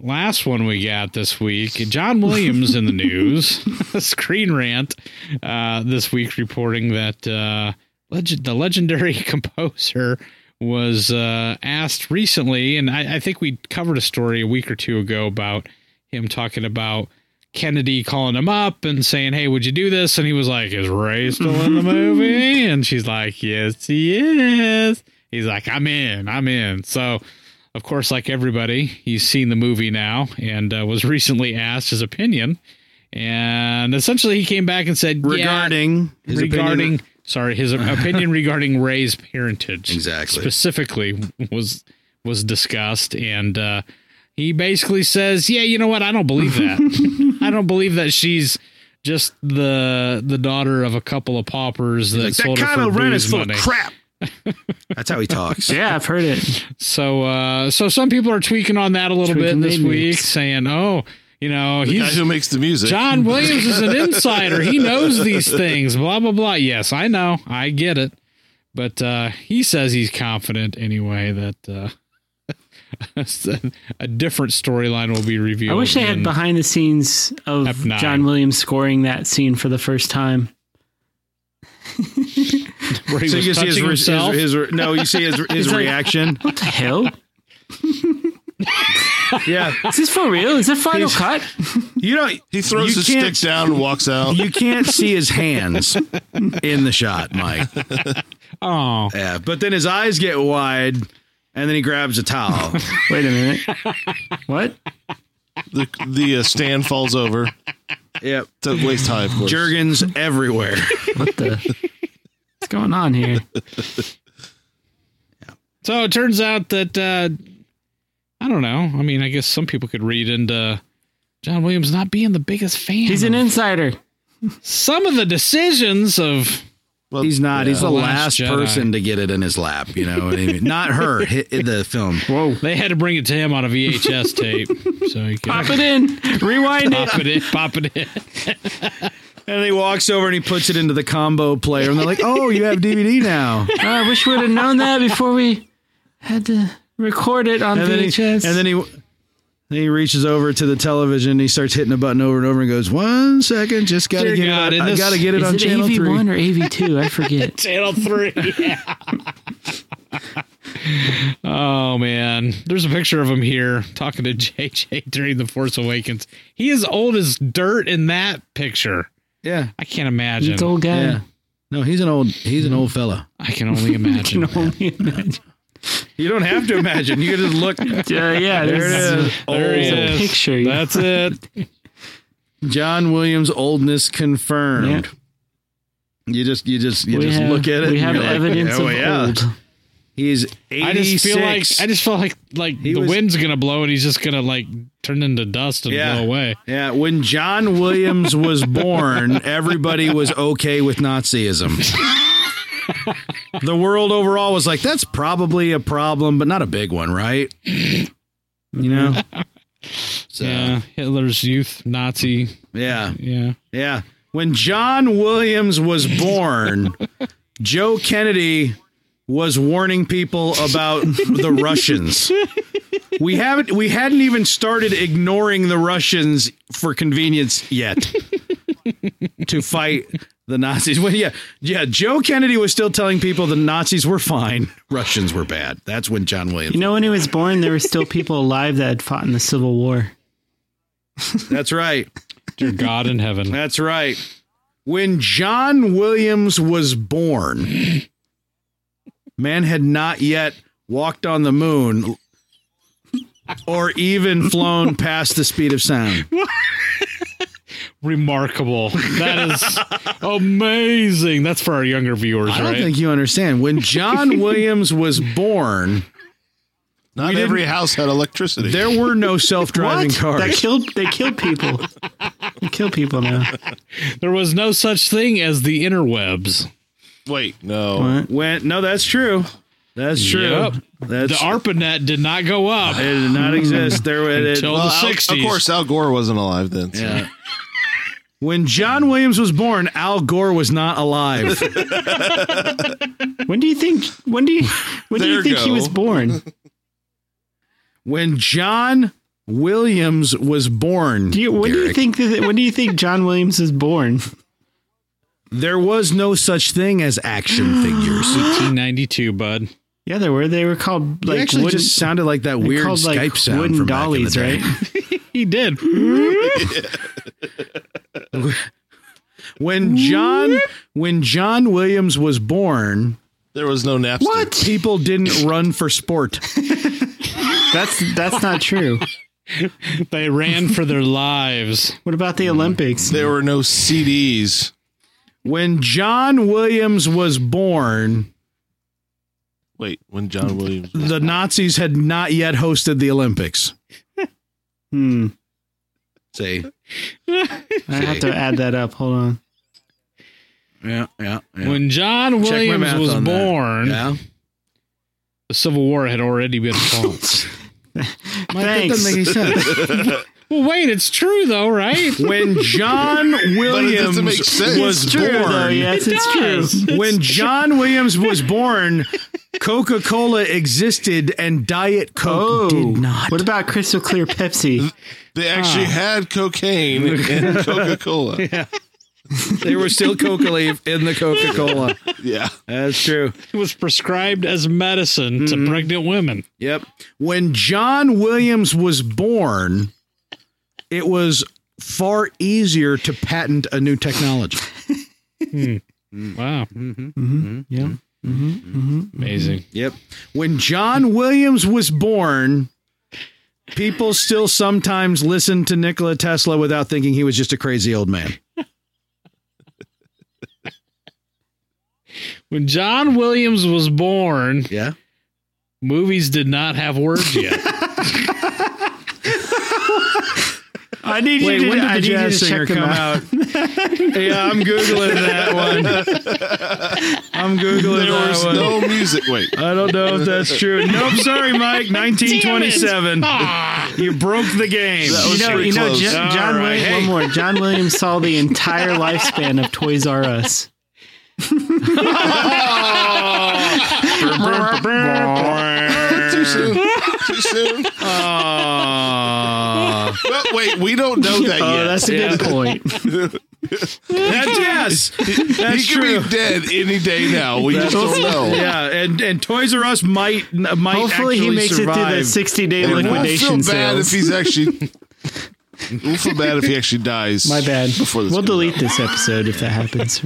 Last one we got this week, John Williams in the news, Screen Rant, uh, this week reporting that uh, legend, the legendary composer was uh, asked recently, and I, I think we covered a story a week or two ago about him talking about Kennedy calling him up and saying, "Hey, would you do this?" And he was like, "Is Ray still in the movie?" And she's like, "Yes, he is." He's like, "I'm in, I'm in." So. Of course, like everybody, he's seen the movie now and uh, was recently asked his opinion And essentially, he came back and said, yeah,
regarding his
regarding
opinion.
sorry his opinion regarding Ray's parentage
Exactly.
specifically was was discussed and uh he basically says yeah you know what I don't believe that I don't believe that she's just the the daughter of a couple of paupers that, sold
that
her for
Kylo Ren is
booze
full
money.
of crap.
That's how he talks.
Yeah, I've heard it.
So uh so some people are tweaking on that a little
Tweaking
bit this
their
week
nukes.
saying oh you know
The guy
he's
who makes the music.
John Williams is an insider. He knows these things, blah, blah, blah. Yes, I know. I get it. But uh, he says he's confident anyway that uh, a different storyline will be revealed.
I wish they had
in-
behind the scenes of
F nine.
John Williams scoring that scene for the first time.
where he
So
was
you see his,
touching
re- his,
himself.
his re- no, you see his his
like-
reaction.
What the hell?
Yeah,
Is this for real? Is it Final Cut?
you don't.
He throws
You
his
can't-
stick down and walks out.
You can't see his hands in the shot, Mike.
oh,
Yeah, but then his eyes get wide, and then he grabs a towel.
Wait a minute. What?
The, the uh, stand falls over.
yep,
To waist high, of course.
Jergens everywhere.
What the? What's going on here?
so it turns out that uh, I don't know. I mean, I guess some people could read into John Williams not being the biggest fan.
He's an
of
insider.
some of the decisions of
Well,
He's not. He's the last
Last Jedi.
person to get it in his lap. You know what I mean? Not her. hi- in the film.
Whoa.
they had to bring it to him on a VHS tape, so he could
Pop it in. Rewind it.
pop it in, pop it in.
And he walks over and he puts it into the combo player, and they're like, "Oh, you have DVD now."
Oh, I wish we would have known that before we had to record it on
And then, he, and
VHS.
then he then he reaches over to the television and he starts hitting a button over and over and goes, "One second, just gotta
Dear
get
God,
it.
in
On, I
this-
gotta get it
is
on
it
channel three.
AV1 or AV2? I forget.
Channel three. oh man, there's a picture of him here talking to JJ during the Force Awakens. He is old as dirt in that picture.
Yeah,
I can't imagine.
It's old guy.
yeah. No, he's an old he's an old fella.
I can only imagine.
Can only imagine.
You don't have to imagine. You can just look.
Uh, yeah,
There it
there's
is.
There he
a
is.
picture.
That's it.
John Williams' oldness confirmed. You just you just you just
have,
look at it. and
We have
you're like,
evidence
"Oh,
of
yeah.
old.
He's
I
86.
just feel like I just feel like like the
was-
wind's gonna blow and he's just gonna like turn into dust and
Yeah.
blow away.
yeah, when John Williams was born, everybody was okay with Nazism. the world overall was like, that's probably a problem, but not a big one, right? You know? So,
Yeah, Hitler's youth Nazi.
yeah.
Yeah.
Yeah. When John Williams was born, Joe Kennedy was warning people about the Russians. We haven't we hadn't even started ignoring the Russians for convenience yet to fight the Nazis. Well, yeah, yeah. Joe Kennedy was still telling people the Nazis were fine, Russians were bad. That's when John Williams.
You know, when he was born, there were still people alive that had fought in the Civil War.
That's right.
Dear God in heaven.
That's right. When John Williams was born, man had not yet walked on the moon or even flown past the speed of sound.
remarkable. That is amazing. That's for our younger viewers,
I don't
right?
think you understand. When John Williams was born,
Not
didn't-
every house had electricity.
there were no self-driving
That
cars.
killed. They killed people. they kill people now.
there was no such thing as the interwebs.
Wait, no.
When no, that's true. That's true.
Yep.
That's
The ARPANET did not go up.
it did not exist. There were it,
Until-
Well,
the
Al-
60s.
Of course, Al Gore wasn't alive then. so-
Yeah. When John Williams was born, Al Gore was not alive.
When do you think? When do you? When do you
There
think he
go.
was born?
when John Williams was born,
Do you, when do you
Derek,
think that? When do you think John Williams was born?
there was no such thing as action figures.
1892, bud.
Yeah, there were. They were called
It
like
actually
wooden,
just sounded like that
they're
weird
called,
Skype
like,
sound
wooden
from
dollies,
back in the day.
right?
He did.
When John when John Williams was born,
There was no Napster.
people didn't run for sport.
That's that's not true.
They ran for their lives.
What about
Hmm.
the Olympics?
There were no CDs.
When John Williams was born,
Wait, when John Williams.
the Nazis had not yet hosted the Olympics.
Hmm.
See,
I have to add that up. Hold on.
yeah, yeah, yeah.
When John
Check my
Williams
math
was
on that.
born,
yeah.
the Civil War had already been fought.
Thanks.
Doesn't make any sense.
well, wait, it's true though, right?
when John Williams
doesn't make sense.
was
It's true,
born,
though. Yes,
It
it's
does.
true.
when John Williams was born, Coca Cola existed and Diet Coke
Oh,
did not.
what about crystal clear Pepsi?
They actually had cocaine and Coca Cola. Yeah.
There was still coca leaf in the Coca Cola. That's true.
It was prescribed as medicine to pregnant women.
Yep. When John Williams was born, it was far easier to patent a new technology.
Wow.
Yeah.
Amazing.
Yep. When John Williams was born, people still sometimes listened to Nikola Tesla without thinking he was just a crazy old man.
When John Williams was born,
Yeah.
movies did not have words yet.
I need
Wait,
you
when did
to,
the
I need you to
jazz singer
check them
come
out.
out? yeah, I'm googling that one. I'm googling
There
that
was
one.
no music. Wait.
I don't know if that's true. Nope, sorry, Mike. 1927. You broke the game.
That was
You know,
pretty
you know,
close.
Jo-
All
John,
right.
Williams.
Hey.
One more. John Williams saw the entire lifespan of Toys R Us.
Too soon. Too soon. Well, wait, we don't know that
Oh,
yet.
that's a good point.
That's yes. That's
he could
true.
be dead any day now. We just don't know.
Yeah, and, and Toys R Us might might
Hopefully, he
actually
makes it through
survive.
that sixty-day
And we'll feel
liquidation
bad
sale.
if he's actually. we'll feel bad if he actually dies.
My bad.
Before this
We'll
comes
delete
out.
this episode if that happens.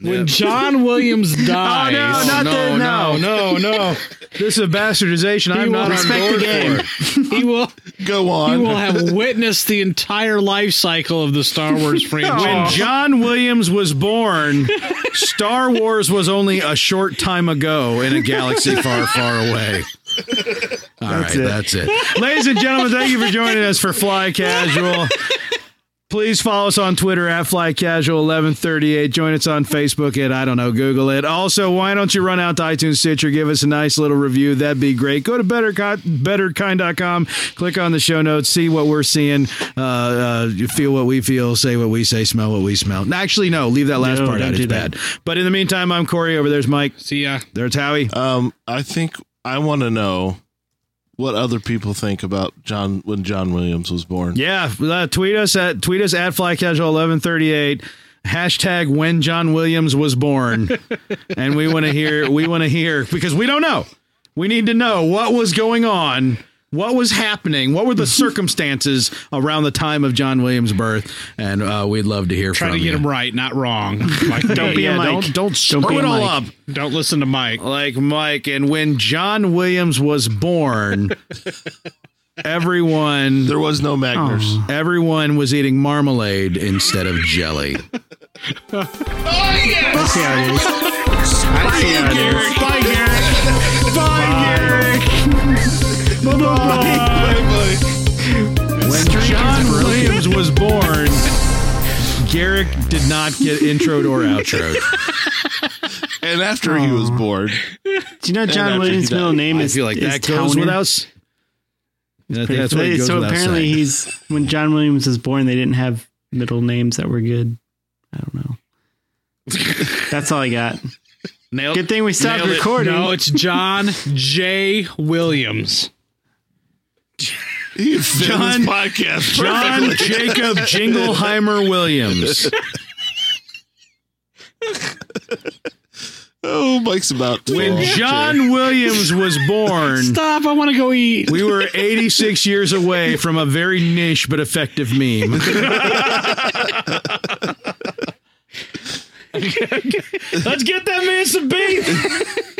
when John Williams dies,
not
Oh, no,
the-
no, no, no. This is a bastardization. I'm
will
not on
respect
the
board
game.
for.
he will
Go
he will
on.
have witnessed the entire life cycle of the Star Wars franchise. Oh.
When John Williams was born, Star Wars was only a short time ago in a galaxy far, far away. All right,
it.
that's it. Ladies and gentlemen, thank you for joining us for Fly Casual. Please follow us on Twitter at Fly Casual 1138. Join us on Facebook at, I don't know, Google it. Also, why don't you run out to iTunes, Stitcher, give us a nice little review? That'd be great. Go to better, betterkind.com, click on the show notes, see what we're seeing, uh, uh, you feel what we feel, say what we say, smell what we smell. Actually, no, leave that last
No,
part
don't
out. It's
do that.
bad. But in the meantime, I'm Corey. Over there's Mike.
See ya.
There's Howie.
Um, I think I want to know what other people think about John when John Williams was born.
Yeah, uh, tweet us at tweet us at flycasual1138 hashtag when John Williams was born, and we want to hear we want to hear because we don't know. We need to know what was going on, what was happening, what were the circumstances around the time of John Williams' birth, and uh, we'd love to hear
Try
from
to get
you.
him right, not wrong. Like
Don't be
me.
a Mike.
Don't don't screw
be
it
a
all
Mike.
up
Don't listen to Mike.
like Mike. And when John Williams was born, everyone
There was no Magners.
Everyone was eating marmalade instead of jelly.
See how it is.
I see how it is.
Bye, Garrick. Bye, Garrick. Bye-bye.
When John Williams was born, Garrick did not get introed or outroed.
And after he was born,
Do you know
after
John
he
Williams'
died.
middle name
I
is
feel like
is
that goes
Towner?
without. s- I think That's what goes
so
without
apparently
saying.
he's when John Williams was born, they didn't have middle names that were good. I don't know. That's all I got.
Nailed,
Good thing we stopped
nailed it.
recording.
No, it's John J. Williams.
he fit
John-
this podcast.
John Jacob Jingleheimer Williams.
Oh, Mike's about to fall.
When John Williams was born,
Stop! I want to go eat.
we were 86 years away from a very niche but effective meme.
Let's get that man some beef.